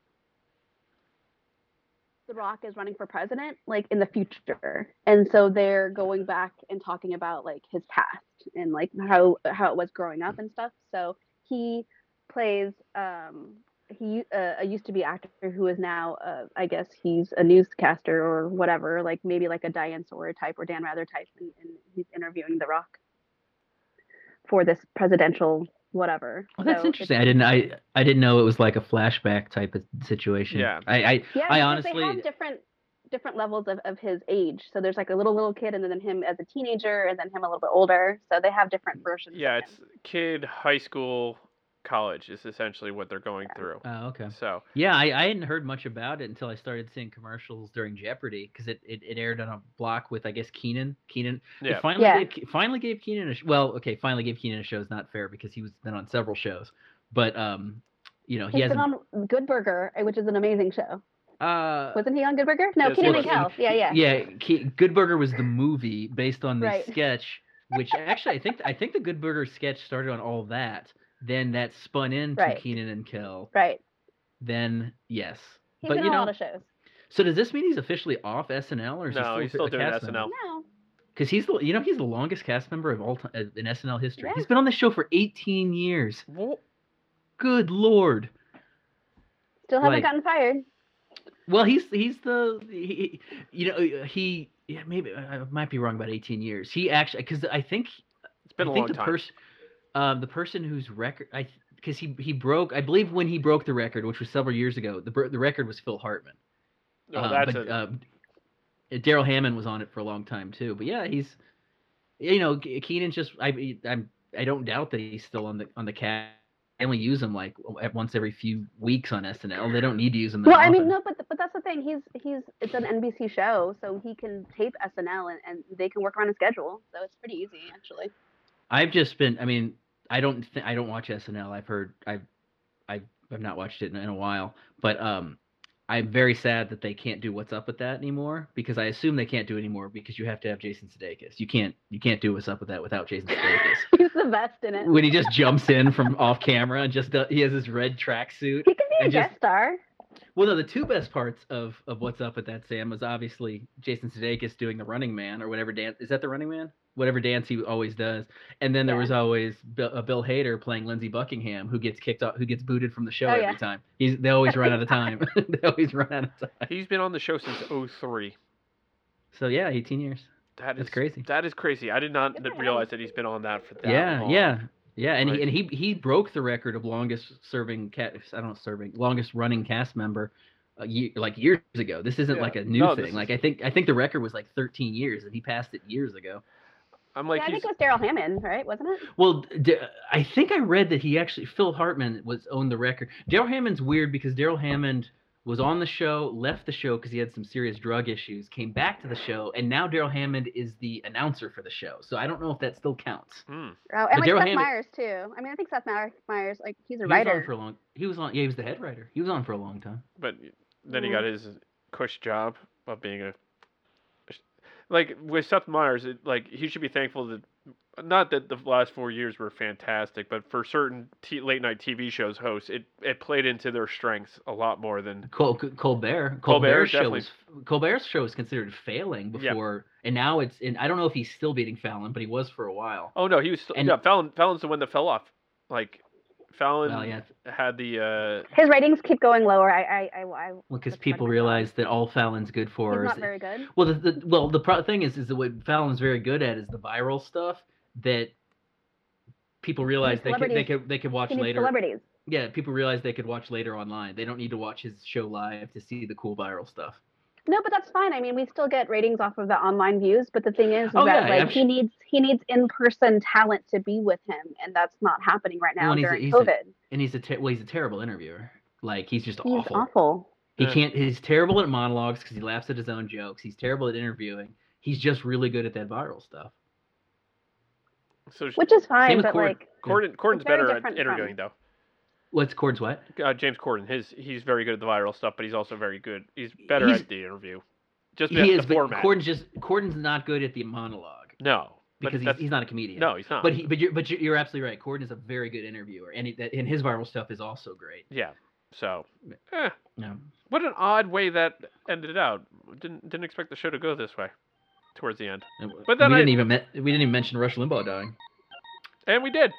Speaker 2: the Rock is running for president like in the future, and so they're going back and talking about like his past and like how how it was growing up and stuff. So he plays um he uh, a used to be actor who is now uh, i guess he's a newscaster or whatever like maybe like a diane sawyer type or dan rather type and, and he's interviewing the rock for this presidential whatever
Speaker 1: Well, Oh, that's
Speaker 2: So it's-
Speaker 1: interesting. I didn't. I I didn't know it was like a flashback type of situation.
Speaker 3: Yeah.
Speaker 1: I. I
Speaker 2: yeah
Speaker 1: I
Speaker 2: because they
Speaker 1: honestly-
Speaker 2: have different different levels of, of his age so there's like a little little kid and then him as a teenager and then him a little bit older so they have
Speaker 1: Mm,
Speaker 2: different versions of
Speaker 3: Yeah,
Speaker 2: him.
Speaker 3: it's kid, high school, college is essentially what they're going through.
Speaker 1: oh, okay.
Speaker 3: So
Speaker 1: Yeah, I, I hadn't heard much about it until I started seeing commercials during Jeopardy because it, it, it aired on a block with I guess Keenan. Keenan. they
Speaker 3: yeah,
Speaker 1: finally
Speaker 2: Yeah.
Speaker 1: gave Ke- finally gave Keenan a sh- well, okay, finally gave Keenan a show is not fair because he was been on several shows, but um, you know he
Speaker 2: He's been
Speaker 1: hasn't.
Speaker 2: on Good Burger, eh, which is an amazing show.
Speaker 1: uh,
Speaker 2: Wasn't he on Good Burger? No,
Speaker 3: Yes,
Speaker 2: Keenan
Speaker 1: he was.
Speaker 2: and Kel. Yeah, yeah.
Speaker 1: yeah, Ke- Good Burger was the movie based on the
Speaker 2: Right.
Speaker 1: sketch, which actually I think I think the Good Burger sketch started on all that. Then that spun into
Speaker 2: Right.
Speaker 1: Keenan and Kel.
Speaker 2: Right.
Speaker 1: Then yes,
Speaker 2: He's
Speaker 1: but
Speaker 2: been
Speaker 1: you
Speaker 2: on
Speaker 1: know.
Speaker 2: a lot of shows.
Speaker 1: so does this mean he's officially off SNL or is
Speaker 3: No,
Speaker 1: he
Speaker 3: he's
Speaker 1: still,
Speaker 3: still
Speaker 1: a
Speaker 3: doing
Speaker 1: cast member?
Speaker 3: SNL.
Speaker 2: No.
Speaker 1: Because he's the you know he's the longest cast member of all time in SNL history.
Speaker 2: Yeah.
Speaker 1: He's been on the show for 18 years.
Speaker 3: Well,
Speaker 1: Good lord.
Speaker 2: Still haven't
Speaker 1: Like-
Speaker 2: gotten fired.
Speaker 1: Well, he's he's the he, he- you know uh, he yeah, maybe I I might be wrong about 18 years. He actually because I think
Speaker 3: it's been
Speaker 1: I
Speaker 3: a
Speaker 1: think
Speaker 3: long
Speaker 1: the
Speaker 3: time.
Speaker 1: person um the person whose record I because he he broke I believe when he broke the record which was several years ago the bro- the record was Phil Hartman.
Speaker 3: No,
Speaker 1: Um,
Speaker 3: Oh, that's
Speaker 1: but,
Speaker 3: a,
Speaker 1: um, Daryl Hammond was on it for a long time too. But yeah, he's you know Ke- Keenan's just I I'm I don't doubt that he's still on the on the cast. They only use him like at once every few weeks on SNL. They don't need to use him. that
Speaker 2: Well, I mean,
Speaker 1: often.
Speaker 2: no, but th- but that's the thing. He's he's it's an NBC show, so he can tape SNL and, and they can work around his schedule. So it's pretty easy actually.
Speaker 1: I've just been. I mean, I don't. Th- I don't watch SNL. I've heard. I've. I've. I've not watched it in, in a while. But um, I'm very sad that they can't do what's up with that anymore because I assume they can't do it anymore because you have to have Jason Sudeikis. You can't. You can't do what's up with that without Jason Sudeikis.
Speaker 2: He's the best in it.
Speaker 1: when he just jumps in from off camera and just does, he has his red tracksuit.
Speaker 2: He could be
Speaker 1: I
Speaker 2: a
Speaker 1: just-
Speaker 2: guest star.
Speaker 1: Well, no, the two best parts of of what's up with that Sam was obviously Jason Sudeikis doing the Running Man or whatever dance is that the Running Man, whatever dance he always does, and then there
Speaker 2: Yeah.
Speaker 1: was always Bill, uh, Bill Hader playing Lindsey Buckingham who gets kicked off, who gets booted from the show
Speaker 2: Oh,
Speaker 1: every
Speaker 2: yeah.
Speaker 1: time. He's they always run out of time. they always run out of time.
Speaker 3: he's been on the show since 03.
Speaker 1: So yeah, eighteen years.
Speaker 3: That is
Speaker 1: That's crazy.
Speaker 3: That is crazy. I did not
Speaker 2: Good for him.
Speaker 3: realize that he's been on that for that
Speaker 1: yeah,
Speaker 3: long.
Speaker 1: yeah, yeah, and
Speaker 3: Like-
Speaker 1: he, and he he broke the record of longest serving cat. I don't know, serving longest running cast member, uh, ye- like years ago. This isn't
Speaker 3: Yeah.
Speaker 1: like a new
Speaker 3: No, this
Speaker 1: thing. Like I think I think the record was like 13 years, and he passed it years ago.
Speaker 3: I'm like,
Speaker 2: yeah, I
Speaker 3: he's,
Speaker 2: think it was Daryl Hammond, right? Wasn't it?
Speaker 1: Well, d- I think I read that he actually Phil Hartman was owned the record. Daryl Hammond's weird because Daryl Hammond was on the show, left the show because he had some serious drug issues, came back to the show, and now Daryl Hammond is the announcer for the show. So I don't know if that still counts.
Speaker 3: hmm,
Speaker 2: Oh, and
Speaker 1: But
Speaker 2: like
Speaker 1: Daryl
Speaker 2: Seth
Speaker 1: Hammond-
Speaker 2: Meyers too. I mean, I think Seth Meyer- Meyers like he's a
Speaker 1: He was on
Speaker 2: writer.
Speaker 1: for a long. He was on. Yeah, he was the head writer. He was on for a long time.
Speaker 3: but then
Speaker 1: Mm-hmm.
Speaker 3: he
Speaker 2: Mm.
Speaker 3: got his cush job of being a like with Seth Meyers. It, like he should be thankful that not that the last four years were fantastic, but for certain t- late night TV shows hosts, it it played into their strengths a lot more than
Speaker 1: Col- Col- Colbert. Colbert's show
Speaker 3: definitely.
Speaker 1: was Colbert's show was considered failing
Speaker 3: Yeah.
Speaker 1: before, and now it's. And I don't know if he's still beating Fallon, but he was for a while.
Speaker 3: Oh no, he was. Still,
Speaker 1: And-
Speaker 3: yeah, Fallon. Fallon's the one that fell off. Like Fallon
Speaker 1: Well, yeah,
Speaker 3: had the uh,
Speaker 2: His ratings keep going lower. I I I, I
Speaker 1: because
Speaker 2: That's
Speaker 1: people
Speaker 2: wonderful.
Speaker 1: realize that all Fallon's good for
Speaker 2: he's
Speaker 1: is
Speaker 2: not very good.
Speaker 1: well, the, the well the pro- thing is is that what Fallon's very good at is the viral stuff that people realize they could they
Speaker 2: celebrities.
Speaker 1: could they could watch
Speaker 2: He needs
Speaker 1: later.
Speaker 2: celebrities.
Speaker 1: Yeah, people realize they could watch later online. They don't need to watch his show live to see the cool viral stuff.
Speaker 2: No, but that's fine. I mean, we still get ratings off of the online views, but the thing is, is
Speaker 1: Oh,
Speaker 2: that
Speaker 1: yeah,
Speaker 2: like
Speaker 1: I'm
Speaker 2: he
Speaker 1: su-
Speaker 2: needs he needs in person talent to be with him, and that's not happening right now
Speaker 1: Well, and he's a-
Speaker 2: during
Speaker 1: he's a-
Speaker 2: COVID.
Speaker 1: and he's a ter- well, he's a terrible interviewer. Like he's just
Speaker 2: he's
Speaker 1: awful.
Speaker 2: awful.
Speaker 1: He
Speaker 3: Yeah.
Speaker 1: can't. He's terrible at monologues because he laughs at his own jokes. He's terrible at interviewing. He's just really good at that viral stuff.
Speaker 3: So she-
Speaker 2: which is fine,
Speaker 1: with
Speaker 2: but
Speaker 1: Cord.
Speaker 2: like
Speaker 3: Corden Corden's
Speaker 2: It's very
Speaker 3: better at
Speaker 2: different
Speaker 3: interviewing though.
Speaker 1: What's Cord's what?
Speaker 3: Uh, James Corden, his he's very good at the viral stuff, but he's also very good. He's better
Speaker 1: He's-
Speaker 3: at the interview. Just
Speaker 1: He
Speaker 3: because
Speaker 1: is,
Speaker 3: of the
Speaker 1: but
Speaker 3: format.
Speaker 1: Corden's just Corden's not good at the monologue
Speaker 3: no, but
Speaker 1: because he's,
Speaker 3: that's-
Speaker 1: he's not a comedian.
Speaker 3: no, he's not.
Speaker 1: But he, but you're, but you're, you're absolutely right. Corden is a very good interviewer, and he, that, and his viral stuff is also great.
Speaker 3: yeah. So, eh,
Speaker 1: No,
Speaker 3: what an odd way that ended out. Didn't didn't expect the show to go this way, towards the end, But
Speaker 1: but
Speaker 3: then
Speaker 1: we
Speaker 3: I-
Speaker 1: didn't even me- we didn't even mention Rush Limbaugh dying.
Speaker 3: and we did.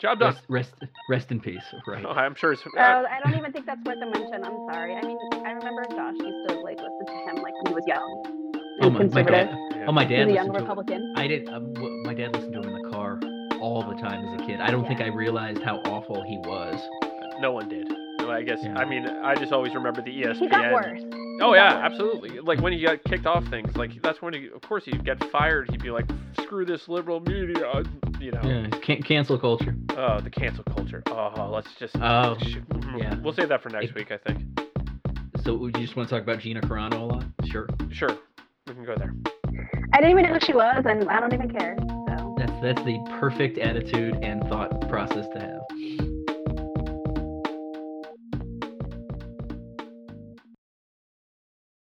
Speaker 3: Job done.
Speaker 1: Rest, rest, rest in peace. Right.
Speaker 3: Oh, I'm sure it's.
Speaker 2: Oh,
Speaker 3: uh,
Speaker 2: I don't even think that's worth a mention. I'm sorry. I mean, I remember Josh used to like listen to him like when he was young.
Speaker 1: Oh my,
Speaker 2: He's
Speaker 1: my
Speaker 2: conservative.
Speaker 1: dad.
Speaker 3: yeah.
Speaker 1: Oh my
Speaker 2: He's
Speaker 1: dad.
Speaker 2: a young
Speaker 1: listened to him.
Speaker 2: Republican.
Speaker 1: I did. Um, w- my dad listened to him in the car all the time as a kid. I don't think I realized how awful he was.
Speaker 3: No one did. No, I guess.
Speaker 1: Yeah.
Speaker 3: I mean, I just always remember the E ESPN.
Speaker 2: He got worse.
Speaker 3: Oh
Speaker 2: He
Speaker 3: yeah,
Speaker 2: got worse.
Speaker 3: absolutely. Like when he got kicked off things, like that's when he, of course, he'd get fired. He'd be like, "Screw this liberal media," uh, you know.
Speaker 1: Yeah, can- cancel culture.
Speaker 3: Oh, the cancel culture. Oh, let's just.
Speaker 1: Oh,
Speaker 3: sh- mm,
Speaker 1: yeah.
Speaker 3: We'll save that for next
Speaker 1: It-
Speaker 3: week, I think.
Speaker 1: so you just want to talk about Gina Carano a lot? Sure.
Speaker 3: Sure, we can go there.
Speaker 2: I didn't even know who she was, and I don't even care. So
Speaker 1: That's that's the perfect attitude and thought process to have.